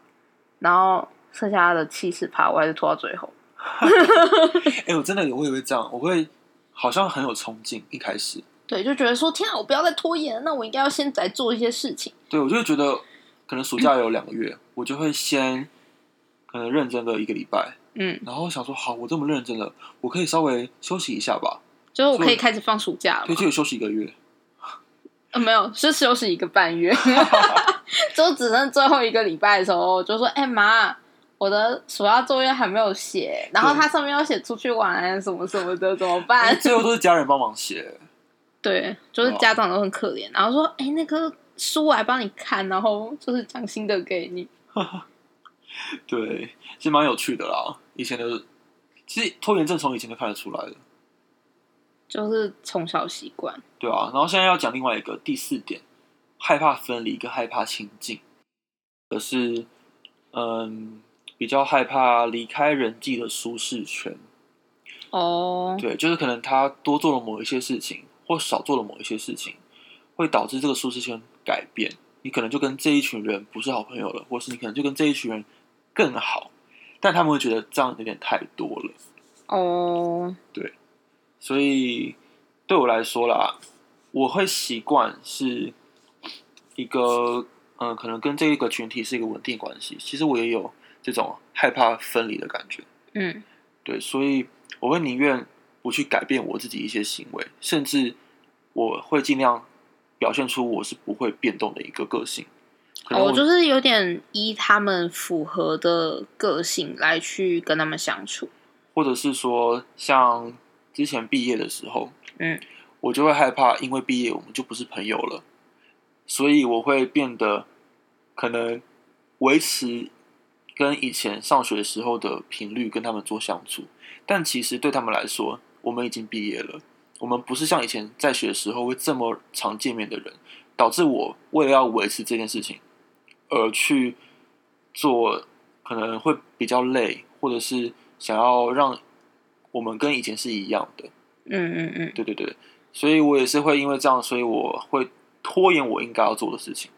[SPEAKER 2] 然后剩下的七十趴我还是拖到最后。
[SPEAKER 1] 哎、我真的我也会这样，我会好像很有冲劲，一开始，
[SPEAKER 2] 对，就觉得说天啊，我不要再拖延了，那我应该要先来做一些事情。
[SPEAKER 1] 对我就会觉得可能暑假有两个月，我就会先可能认真的一个礼拜，
[SPEAKER 2] 嗯，
[SPEAKER 1] 然后想说，好，我这么认真了，我可以稍微休息一下吧，
[SPEAKER 2] 就是我可以开始放暑假了
[SPEAKER 1] 可以
[SPEAKER 2] 嘛
[SPEAKER 1] 就？有休息一个月。
[SPEAKER 2] 呃，没有，是休息一个半 <laughs> 月，就只剩最后一个礼拜的时候，就说哎、妈。我的暑假作业还没有写，然后它上面要写出去玩什么什么的，怎么办？
[SPEAKER 1] 最后都是家人帮忙写，
[SPEAKER 2] <laughs> 对，就是家长都很可怜，然后说：“哎、那个书我还帮你看，然后就是讲心得给你。
[SPEAKER 1] 对，其实蛮有趣的啦。以前的，其实拖延症从以前就看得出来了，”
[SPEAKER 2] 就是从小习惯，
[SPEAKER 1] 对啊。然后现在要讲另外一个第四点，害怕分离跟害怕亲近，可是，嗯，比较害怕离开人际的舒适圈。
[SPEAKER 2] 哦，
[SPEAKER 1] 对，就是可能他多做了某一些事情，或少做了某一些事情，会导致这个舒适圈改变。你可能就跟这一群人不是好朋友了，或是你可能就跟这一群人更好，但他们会觉得这样有点太多了。
[SPEAKER 2] 哦，
[SPEAKER 1] 所以对我来说啦，我会习惯是一个，嗯、可能跟这一个群体是一个稳定关系。其实我也有这种害怕分离的感觉，
[SPEAKER 2] 嗯，
[SPEAKER 1] 对，所以我会宁愿不去改变我自己一些行为，甚至我会尽量表现出我是不会变动的一个个性。可能
[SPEAKER 2] 哦，
[SPEAKER 1] 我
[SPEAKER 2] 就是有点依他们符合的个性来去跟他们相处。
[SPEAKER 1] 或者是说，像之前毕业的时候，
[SPEAKER 2] 嗯，
[SPEAKER 1] 我就会害怕，因为毕业我们就不是朋友了，所以我会变得可能维持跟以前上学时候的频率跟他们做相处，但其实对他们来说，我们已经毕业了，我们不是像以前在学的时候会这么常见面的人，导致我为了要维持这件事情而呃去做，可能会比较累，或者是想要让我们跟以前是一样的。
[SPEAKER 2] 嗯嗯嗯，
[SPEAKER 1] 对对对，所以我也是会因为这样，所以我会拖延我应该要做的事情。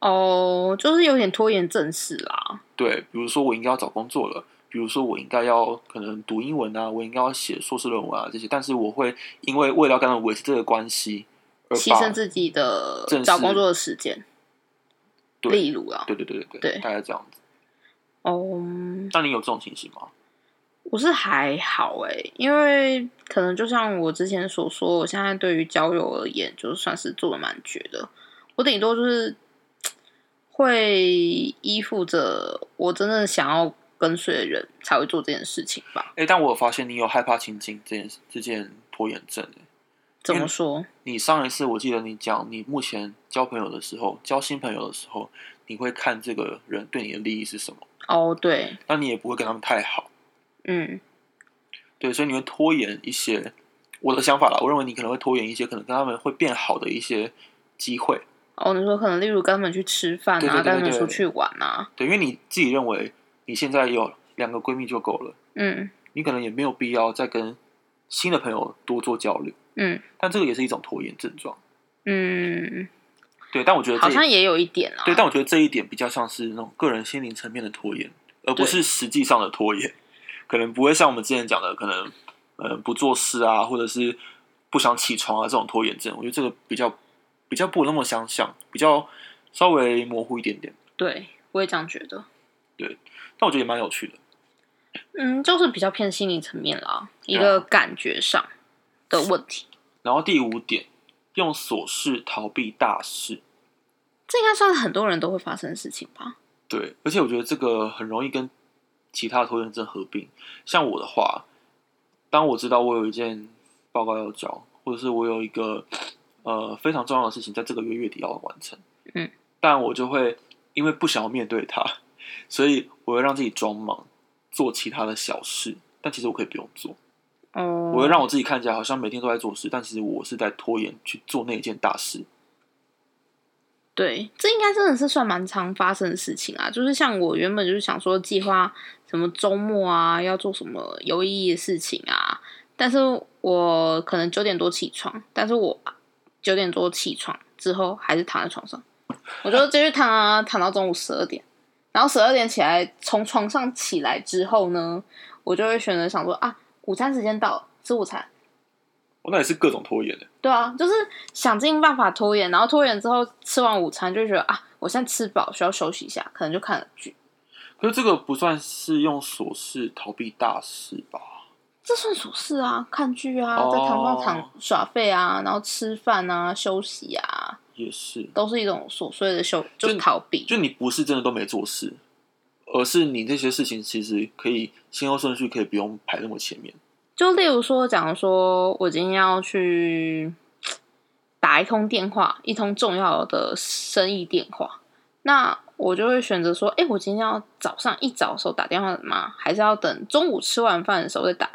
[SPEAKER 2] 哦，就是有点拖延正事啦。
[SPEAKER 1] 对，比如说我应该要找工作了，比如说我应该要可能读英文啊，我应该要写硕士论文啊这些，但是我会因为为了要跟他们维持这个关系而
[SPEAKER 2] 牺
[SPEAKER 1] 把
[SPEAKER 2] 牲自己的
[SPEAKER 1] 正事
[SPEAKER 2] 找工作的时间，
[SPEAKER 1] 对
[SPEAKER 2] 例如啊，
[SPEAKER 1] 对对对对
[SPEAKER 2] 对
[SPEAKER 1] 大概这样子。
[SPEAKER 2] 哦，嗯
[SPEAKER 1] 那你有这种情形吗？
[SPEAKER 2] 我是还好哎、因为可能就像我之前所说，我现在对于交友而言，就算是做的蛮绝的。我顶多就是会依附着我真正想要跟随的人才会做这件事情吧？
[SPEAKER 1] 哎、但我有发现你有害怕亲近这件这件拖延症、欸。
[SPEAKER 2] 怎么说？
[SPEAKER 1] 你上一次我记得你讲，你目前交朋友的时候，交新朋友的时候，你会看这个人对你的利益是什么，
[SPEAKER 2] 哦，对，
[SPEAKER 1] 但你也不会跟他们太好，
[SPEAKER 2] 嗯，
[SPEAKER 1] 对，所以你会拖延一些我的想法啦。我认为你可能会拖延一些可能跟他们会变好的一些机会，
[SPEAKER 2] 哦，你说可能例如跟他们去吃饭
[SPEAKER 1] 对对
[SPEAKER 2] 啊，
[SPEAKER 1] 对
[SPEAKER 2] 跟他们
[SPEAKER 1] 对
[SPEAKER 2] 出去玩啊，
[SPEAKER 1] 对，因为你自己认为你现在有两个闺蜜就够了，
[SPEAKER 2] 嗯
[SPEAKER 1] 你可能也没有必要再跟新的朋友多做交流，
[SPEAKER 2] 嗯
[SPEAKER 1] 但这个也是一种拖延症状。
[SPEAKER 2] 嗯，
[SPEAKER 1] 对，但我觉得这
[SPEAKER 2] 好
[SPEAKER 1] 也
[SPEAKER 2] 像也有一点啊，
[SPEAKER 1] 对，但我觉得这一点比较像是那种个人心灵层面的拖延，而不
[SPEAKER 2] 对
[SPEAKER 1] 是实际上的拖延。可能不会像我们之前讲的，可能呃不做事啊，或者是不想起床啊这种拖延症。我觉得这个比较比较不那么相像，比较稍微模糊一点点。
[SPEAKER 2] 对，我也这样觉得，
[SPEAKER 1] 但我觉得也蛮有趣的。
[SPEAKER 2] 嗯，就是比较偏心理层面啦，一个感觉上的问题，
[SPEAKER 1] 然后第五点，用琐事逃避大事。
[SPEAKER 2] 这应该算是很多人都会发生的事情吧？
[SPEAKER 1] 对，而且我觉得这个很容易跟其他拖延症合并。像我的话，当我知道我有一件报告要交，或者是我有一个呃非常重要的事情在这个月月底要完成，
[SPEAKER 2] 嗯，
[SPEAKER 1] 但我就会因为不想要面对它，所以我会让自己装忙，做其他的小事，但其实我可以不用做。
[SPEAKER 2] 哦，
[SPEAKER 1] 我会让我自己看起来好像每天都在做事，但其实我是在拖延去做那件大事。
[SPEAKER 2] 对，这应该真的是算蛮常发生的事情啊。就是像我原本就是想说计划什么周末啊，要做什么有意义的事情啊，但是我可能九点多起床，但是我九点多起床之后还是躺在床上，我就继续躺啊躺到中午十二点，然后十二点起来，从床上起来之后呢，我就会选择想说啊，午餐时间到了，吃午餐。
[SPEAKER 1] 哦、那也是各种拖延的。
[SPEAKER 2] 对啊，就是想尽办法拖延，然后拖延之后吃完午餐就会觉得啊，我现在吃饱需要休息一下，可能就看了剧。
[SPEAKER 1] 可是这个不算是用琐事逃避大事吧？
[SPEAKER 2] 这算琐事啊，看剧啊，
[SPEAKER 1] 哦
[SPEAKER 2] 在床上躺耍废啊，然后吃饭啊，休息啊，
[SPEAKER 1] 也是，
[SPEAKER 2] 都是一种琐碎的休，
[SPEAKER 1] 就
[SPEAKER 2] 就是逃避。
[SPEAKER 1] 就你不是真的都没做事，而是你这些事情其实可以先后顺序可以不用排那么前面。
[SPEAKER 2] 就例如说，假如说我今天要去打一通电话，一通重要的生意电话，那我就会选择说，哎、我今天要早上一早的时候打电话吗？还是要等中午吃完饭的时候再打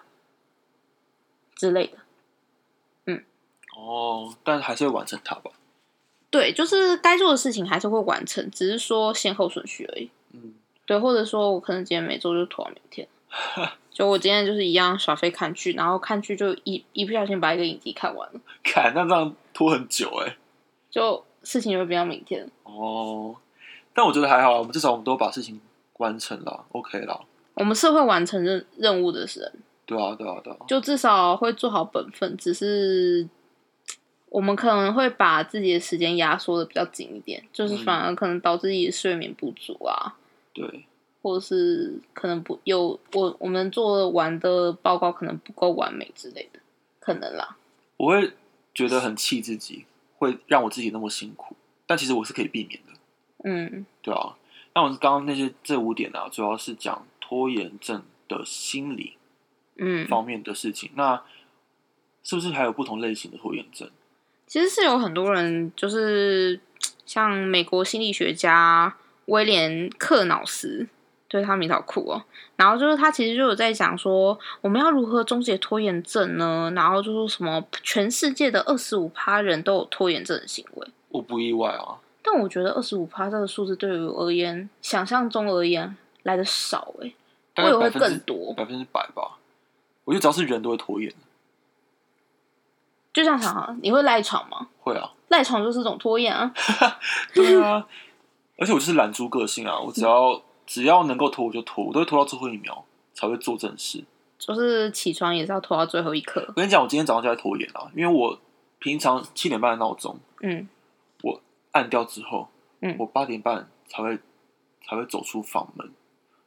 [SPEAKER 2] 之类的？
[SPEAKER 1] 哦，但还是会完成它吧。
[SPEAKER 2] 对，就是该做的事情还是会完成，只是说先后顺序而已。
[SPEAKER 1] 嗯，
[SPEAKER 2] 对，或者说我可能今天没做，就拖到明天。就我今天就是一样耍废看剧，然后看剧就一一不小心把一个影集看完了，
[SPEAKER 1] 看那这样拖很久哎、
[SPEAKER 2] 就事情就会变到明天。
[SPEAKER 1] 哦，但我觉得还好，我们至少我们都把事情完成了，OK 啦。
[SPEAKER 2] 我们是会完成任任务的人，
[SPEAKER 1] 对啊，对啊，对啊，
[SPEAKER 2] 就至少会做好本分。只是我们可能会把自己的时间压缩的比较紧一点，就是
[SPEAKER 1] 嗯
[SPEAKER 2] 反而可能导致自己睡眠不足啊，
[SPEAKER 1] 对，
[SPEAKER 2] 或者是可能不有我我们做完的报告可能不够完美之类的，可能啦。
[SPEAKER 1] 我会觉得很气自己，会让我自己那么辛苦，但其实我是可以避免的。
[SPEAKER 2] 嗯，
[SPEAKER 1] 对啊，那我们刚刚那些这五点啊，主要是讲拖延症的心理
[SPEAKER 2] 嗯，
[SPEAKER 1] 方面的事情。那是不是还有不同类型的拖延症？
[SPEAKER 2] 其实是有很多人，就是像美国心理学家威廉克瑙斯，对他名字好酷哦。然后就是他其实就有在讲说，我们要如何终结拖延症呢？然后就说什么全世界的二十五趴人都有拖延症的行为，
[SPEAKER 1] 我不意外啊，
[SPEAKER 2] 但我觉得二十五趴这个数字对于我而言，想象中而言来的少诶、
[SPEAKER 1] 大
[SPEAKER 2] 我以
[SPEAKER 1] 概
[SPEAKER 2] 为
[SPEAKER 1] 百
[SPEAKER 2] 会
[SPEAKER 1] 分之
[SPEAKER 2] 更多。
[SPEAKER 1] 百分之百吧。我觉得只要是人都会拖延，
[SPEAKER 2] 就这样想啊，你会赖床吗？
[SPEAKER 1] 会
[SPEAKER 2] <laughs>
[SPEAKER 1] 啊，
[SPEAKER 2] 赖床就是一种拖延啊。
[SPEAKER 1] 对啊。而且我就是懒猪个性啊，我只
[SPEAKER 2] 嗯
[SPEAKER 1] 要只要能够拖我就拖，我都会拖到最后一秒才会做正事。
[SPEAKER 2] 就是起床也是要拖到最后一刻
[SPEAKER 1] 我，跟你讲，我今天早上就在拖延啊，因为我平常七点半的闹钟
[SPEAKER 2] 嗯，
[SPEAKER 1] 按掉之后，
[SPEAKER 2] 嗯
[SPEAKER 1] 我八点半才会才会走出房门，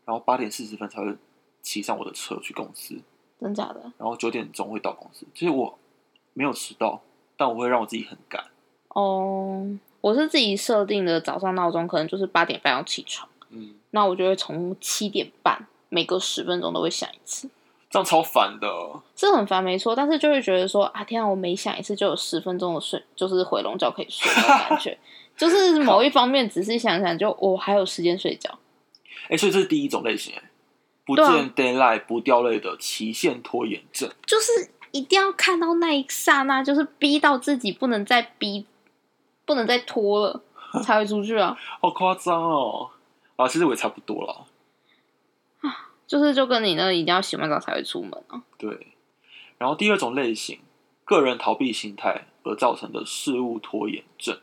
[SPEAKER 1] 然后八点四十分才会骑上我的车去公司，
[SPEAKER 2] 真假的？
[SPEAKER 1] 然后九点钟会到公司。其实我没有迟到，但我会让我自己很赶。
[SPEAKER 2] 哦，我是自己设定的早上闹钟，可能就是八点半要起床，
[SPEAKER 1] 嗯，
[SPEAKER 2] 那我就会从七点半每隔十分钟都会想一次，
[SPEAKER 1] 这样超烦的。
[SPEAKER 2] 这很烦没错，但是就会觉得说啊，天啊，我每想一次就有十分钟的睡，就是回笼觉可以睡的感 <laughs> 觉，就是某一方面仔细想想就，我、还有时间睡觉。
[SPEAKER 1] 哎、所以这是第一种类型、哎不
[SPEAKER 2] 对啊
[SPEAKER 1] 见 d a y l i g h t 不掉泪的期限拖延症。
[SPEAKER 2] 就是一定要看到那一刹那，就是逼到自己不能再逼，不能再拖 <laughs> 了，才会出去啊。
[SPEAKER 1] 好夸张哦！啊，其实我也差不多啦。
[SPEAKER 2] 就是就跟你那个一定要洗完澡才会出门啊。
[SPEAKER 1] 对，然后第二种类型，个人逃避心态而造成的事物拖延症。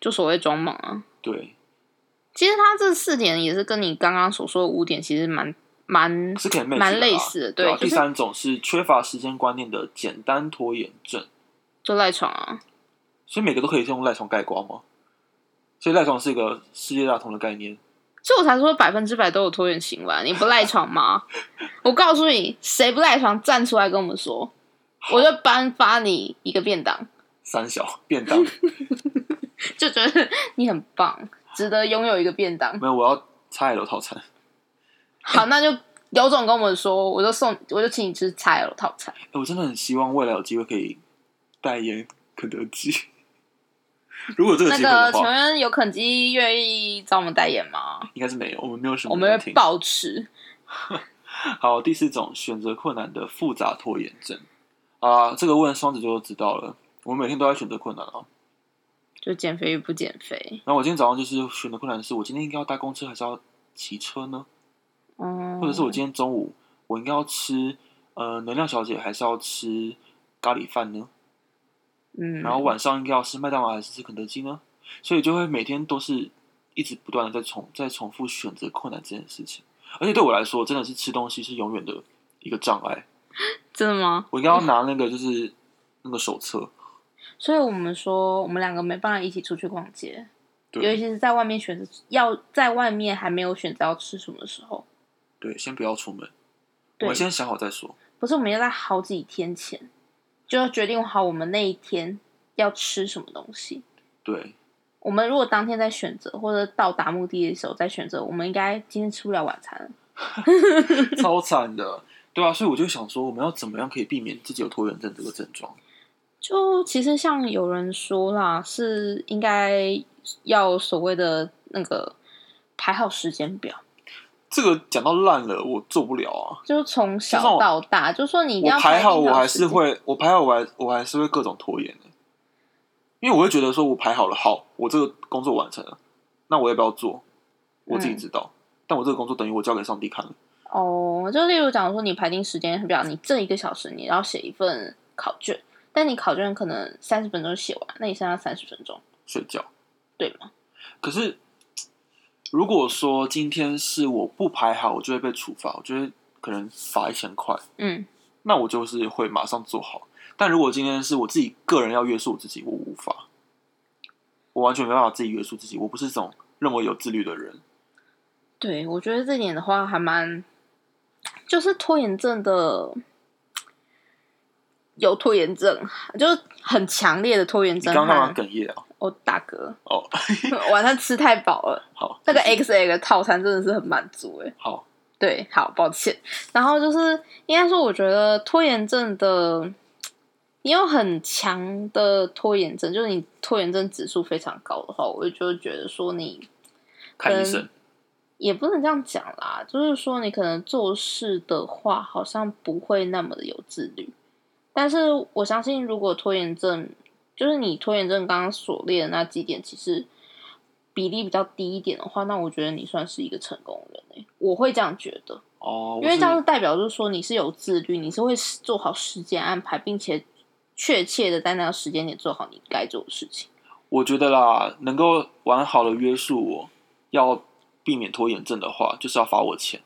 [SPEAKER 2] 就所谓装忙啊。
[SPEAKER 1] 对，
[SPEAKER 2] 其实他这四点也是跟你刚刚所说的五点其实蛮蛮
[SPEAKER 1] 是可以 match 的啦
[SPEAKER 2] 蛮类似的，
[SPEAKER 1] 对啊。
[SPEAKER 2] 就
[SPEAKER 1] 第
[SPEAKER 2] 是
[SPEAKER 1] 三种是缺乏时间观念的简单拖延症，
[SPEAKER 2] 就赖床啊。
[SPEAKER 1] 所以每个都可以用赖床盖瓜吗？所以赖床是一个世界大同的概念。
[SPEAKER 2] 所以我才说百分之百都有拖延行为啊，你不赖床吗？我告诉你，谁不赖床，站出来跟我们说，我就颁发你一个便当。
[SPEAKER 1] 三小便
[SPEAKER 2] <laughs>
[SPEAKER 1] 当
[SPEAKER 2] 就觉得你很棒，值得拥有一个便当。
[SPEAKER 1] 没有，我要菜楼套餐。
[SPEAKER 2] 好，那就有种跟我们说，我就送，我就请你吃菜了套餐。
[SPEAKER 1] 哎、我真的很希望未来有机会可以代言肯德基。如果有这个
[SPEAKER 2] 那
[SPEAKER 1] 机会的话，
[SPEAKER 2] 个，请问有肯基愿意找我们代言吗？
[SPEAKER 1] 应该是没有，我们没有什么
[SPEAKER 2] 我们
[SPEAKER 1] 人
[SPEAKER 2] 会
[SPEAKER 1] 听
[SPEAKER 2] 暴吃。
[SPEAKER 1] 好，第四种选择困难的复杂拖延症啊，这个问双子座就知道了。我每天都在选择困难啊。
[SPEAKER 2] 就减肥与不减肥，
[SPEAKER 1] 然后我今天早上就是选择困难的是，我今天应该要搭公车还是要骑车呢？
[SPEAKER 2] 嗯，
[SPEAKER 1] 或者是我今天中午我应该要吃呃能量小姐还是要吃咖喱饭呢？
[SPEAKER 2] 嗯，
[SPEAKER 1] 然后晚上应该要吃麦当劳还是吃肯德基呢？所以就会每天都是一直不断的在重在重复选择困难这件事情。而且对我来说，真的是吃东西是永远的一个障碍。
[SPEAKER 2] 真的吗？
[SPEAKER 1] 我应该要拿那个就是那个手册，
[SPEAKER 2] 所以我们说，我们两个没办法一起出去逛街，尤
[SPEAKER 1] 对
[SPEAKER 2] 其是在外面选择要在外面还没有选择要吃什么的时候，
[SPEAKER 1] 对，先不要出门，我
[SPEAKER 2] 对
[SPEAKER 1] 们先想好再说。
[SPEAKER 2] 不是我们要在好几天前就要决定好我们那一天要吃什么东西。
[SPEAKER 1] 对，
[SPEAKER 2] 我们如果当天在选择，或者到达目的地的时候再选择，我们应该今天吃不了晚餐了。
[SPEAKER 1] 超惨的，对啊，所以我就想说，我们要怎么样可以避免自己有拖延症这个症状？
[SPEAKER 2] 就其实像有人说啦，是应该要所谓的那个排好时间表，
[SPEAKER 1] 这个讲到烂了，我做不了啊！
[SPEAKER 2] 就是从
[SPEAKER 1] 这种
[SPEAKER 2] 小到大，就说你一定
[SPEAKER 1] 我
[SPEAKER 2] 要
[SPEAKER 1] 排
[SPEAKER 2] 定
[SPEAKER 1] 好，我还
[SPEAKER 2] 时
[SPEAKER 1] 是
[SPEAKER 2] 间。
[SPEAKER 1] 会，我排好，我还我还是会各种拖延的、因为我会觉得说，我排好了，好，我这个工作完成了，那我要不要做？我自己
[SPEAKER 2] 嗯
[SPEAKER 1] 知道，但我这个工作等于我交给上帝看了。
[SPEAKER 2] 哦，就例如讲说，你排定时间表，你这一个小时你要写一份考卷，但你考卷可能三十分钟写完，那你剩下三十分钟，
[SPEAKER 1] 睡觉，
[SPEAKER 2] 对吗？
[SPEAKER 1] 可是如果说今天是我不排好，我就会被处罚，我就会可能罚一千块，
[SPEAKER 2] 嗯，
[SPEAKER 1] 那我就是会马上做好。但如果今天是我自己个人要约束我自己，我无法，我完全没办法自己约束自己，我不是这种认为有自律的人。
[SPEAKER 2] 对，我觉得这点的话还蛮，就是拖延症的有拖延症，就是很强烈的拖延
[SPEAKER 1] 你
[SPEAKER 2] 症
[SPEAKER 1] 刚刚干嘛
[SPEAKER 2] 和
[SPEAKER 1] 哽咽啊？
[SPEAKER 2] 我打嗝，
[SPEAKER 1] 哦，
[SPEAKER 2] <laughs> 晚上吃太饱了，
[SPEAKER 1] 好， <laughs>
[SPEAKER 2] 那个 X A 的套餐真的是很满足哎、
[SPEAKER 1] 好，
[SPEAKER 2] 对，好，抱歉。然后就是应该说，我觉得拖延症的，你有很强的拖延症，就是你拖延症指数非常高的话，我就会觉得说你
[SPEAKER 1] 看医
[SPEAKER 2] 跟
[SPEAKER 1] 生。
[SPEAKER 2] 也不能这样讲啦，就是说你可能做事的话，好像不会那么的有自律。但是我相信，如果拖延症，就是你拖延症刚刚所列的那几点，其实比例比较低一点的话，那我觉得你算是一个成功人、欸、我会这样觉得。
[SPEAKER 1] 哦，
[SPEAKER 2] 因为
[SPEAKER 1] 我是
[SPEAKER 2] 这样子代表就是说你是有自律，你是会做好时间安排，并且确切的在那个时间点做好你该做的事情。
[SPEAKER 1] 我觉得啦，能够完好的约束我，要避免拖延症的话，就是要罚我钱。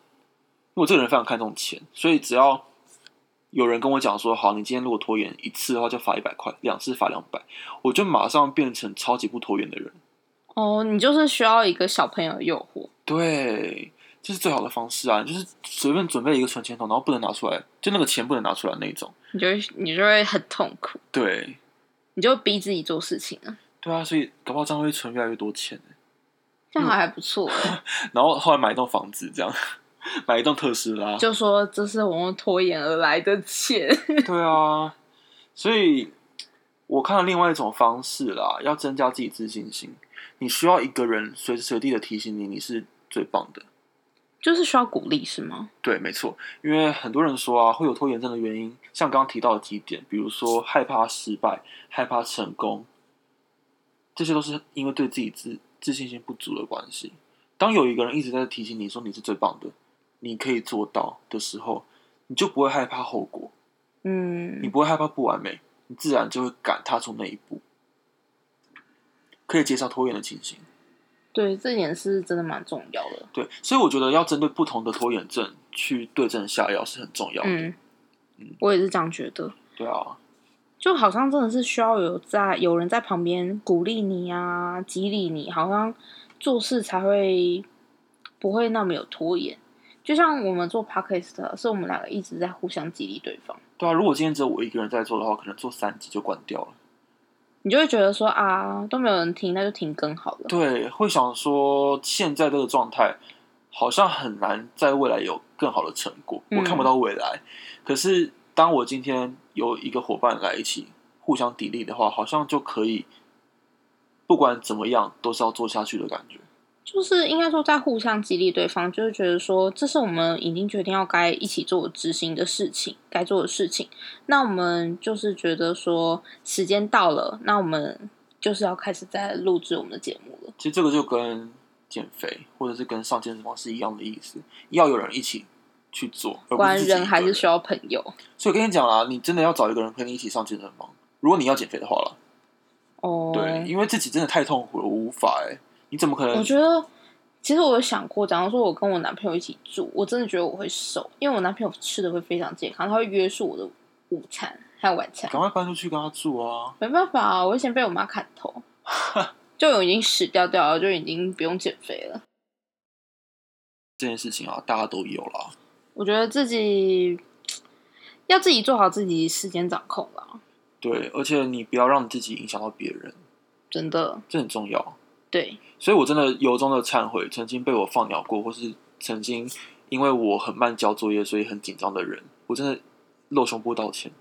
[SPEAKER 1] 因为我这个人非常看重钱，所以只要有人跟我讲说，好，你今天如果拖延一次的话，就罚一百块；两次罚两百，我就马上变成超级不拖延的人。
[SPEAKER 2] 哦，你就是需要一个小朋友的诱惑，
[SPEAKER 1] 对，这是最好的方式啊！你就是随便准备一个存钱筒，然后不能拿出来，就那个钱不能拿出来那一种。
[SPEAKER 2] 你就会你就会很痛苦，
[SPEAKER 1] 对，
[SPEAKER 2] 你就会逼自己做事情啊，
[SPEAKER 1] 对啊，所以搞不好这样会存越来越多钱。
[SPEAKER 2] 这样还不错欸、 <laughs>
[SPEAKER 1] 然后后来买一栋房子，这样 <laughs> 买一栋特斯拉。
[SPEAKER 2] 就说这是我们拖延而来的钱。 <laughs>
[SPEAKER 1] 对啊，所以我看了另外一种方式啦，要增加自己自信心，你需要一个人随时随地的提醒你你是最棒的。
[SPEAKER 2] 就是需要鼓励是吗？
[SPEAKER 1] 对，没错，因为很多人说啊，会有拖延症的原因，像刚刚提到的几点，比如说害怕失败、害怕成功，这些都是因为对自己自自信心不足的关系。当有一个人一直在提醒你说你是最棒的，你可以做到的时候，你就不会害怕后果，你
[SPEAKER 2] 嗯，
[SPEAKER 1] 不会害怕不完美，你自然就会敢踏出那一步，可以减少拖延的情形。
[SPEAKER 2] 对，这点是真的蛮重要的。
[SPEAKER 1] 对，所以我觉得要针对不同的拖延症去对症下药是很重要的。
[SPEAKER 2] 嗯，我也是这样觉得。
[SPEAKER 1] 对啊，
[SPEAKER 2] 就好像真的是需要有在有人在旁边鼓励你啊，激励你，好像做事才会不会那么有拖延。就像我们做 podcast，是我们两个一直在互相激励对方，
[SPEAKER 1] 对啊，如果今天只有我一个人在做的话，可能做三集就关掉了。
[SPEAKER 2] 你就会觉得说啊，都没有人听，那就停更好了。
[SPEAKER 1] 对，会想说现在这个状态好像很难在未来有更好的成果，
[SPEAKER 2] 嗯
[SPEAKER 1] 我看不到未来。可是当我今天有一个伙伴来一起互相砥砺的话，好像就可以不管怎么样都是要做下去的感觉。
[SPEAKER 2] 就是应该说在互相激励对方，就是觉得说这是我们已经决定要该一起做执行的事情，该做的事情。那我们就是觉得说时间到了，那我们就是要开始在录制我们的节目了。
[SPEAKER 1] 其实这个就跟减肥或者是跟上健身房是一样的意思，要有人一起去做，而不
[SPEAKER 2] 果
[SPEAKER 1] 是
[SPEAKER 2] 然
[SPEAKER 1] 自己一
[SPEAKER 2] 人
[SPEAKER 1] 个
[SPEAKER 2] 还是
[SPEAKER 1] 人
[SPEAKER 2] 需要朋友
[SPEAKER 1] 所以我跟你讲啦，你真的要找一个人陪你一起上健身房，如果你要减肥的话啦，
[SPEAKER 2] 哦。
[SPEAKER 1] 对，，因为自己真的太痛苦了，我无法哎、你怎么可能
[SPEAKER 2] 我？觉得其实我有想过，假如说我跟我男朋友一起住，我真的觉得我会瘦，因为我男朋友吃的会非常健康，他会约束我的午餐还有晚餐。
[SPEAKER 1] 赶快搬出去跟他住啊！
[SPEAKER 2] 没办法、啊，我以前被我妈砍 <laughs> 头，就我已经死掉掉了，就已经不用减肥了。
[SPEAKER 1] 这件事情啊，大家都有啦。
[SPEAKER 2] 我觉得自己要自己做好自己时间掌控了，
[SPEAKER 1] 对，而且你不要让你自己影响到别人，
[SPEAKER 2] 真的。
[SPEAKER 1] 这很重要。
[SPEAKER 2] 对，
[SPEAKER 1] 所以我真的由衷的忏悔，曾经被我放鸟过，或是曾经因为我很慢交作业，所以很紧张的人，我真的露胸部道歉。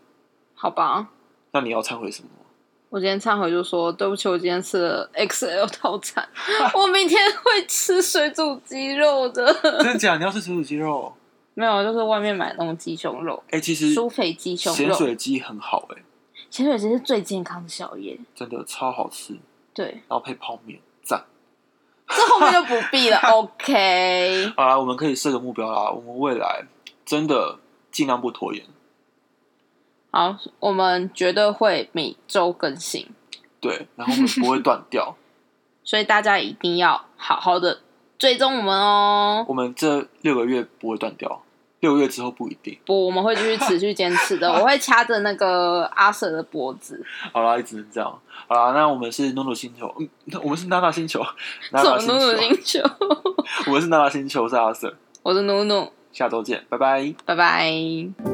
[SPEAKER 2] 好吧，
[SPEAKER 1] 那你要忏悔什
[SPEAKER 2] <laughs>
[SPEAKER 1] 么？
[SPEAKER 2] 我今天忏悔就说对不起，我今天吃了 XL 套餐，我明天会吃水煮鸡肉的。 <laughs>
[SPEAKER 1] 真的假的？你要吃水煮鸡肉？
[SPEAKER 2] 没有，就是外面买那种鸡胸肉，
[SPEAKER 1] 哎、其实
[SPEAKER 2] 酥肥鸡胸
[SPEAKER 1] 咸
[SPEAKER 2] 肉，
[SPEAKER 1] 水鸡很好哎、
[SPEAKER 2] 咸水鸡是最健康的宵夜。
[SPEAKER 1] 真的超好吃。
[SPEAKER 2] 对，
[SPEAKER 1] 然后配泡面，赞！
[SPEAKER 2] 这后面就不必
[SPEAKER 1] <laughs>
[SPEAKER 2] 了。OK，
[SPEAKER 1] 好啦，我们可以设个目标啦，我们未来真的尽量不拖延。
[SPEAKER 2] 好，我们绝对会每周更新，
[SPEAKER 1] 对，然后我们不会断掉。 <laughs>
[SPEAKER 2] 所以大家一定要好好的追踪我们哦。
[SPEAKER 1] 我们这六个月不会断掉，六个月之后不一定。
[SPEAKER 2] 不，我们会继续持续坚持
[SPEAKER 1] <laughs>
[SPEAKER 2] 的。我会掐着那个阿 Sir 的脖子，
[SPEAKER 1] 好啦，只能这样。好啦，那我们是诺诺星球，嗯，我们是娜娜星球，娜
[SPEAKER 2] 怎
[SPEAKER 1] 娜
[SPEAKER 2] 么
[SPEAKER 1] 星
[SPEAKER 2] 努努
[SPEAKER 1] <laughs> 球，
[SPEAKER 2] 星球？ <laughs>
[SPEAKER 1] 我们是娜娜星球，我是阿 Sir，
[SPEAKER 2] 我是努努，
[SPEAKER 1] 下周见，拜拜。
[SPEAKER 2] 拜拜。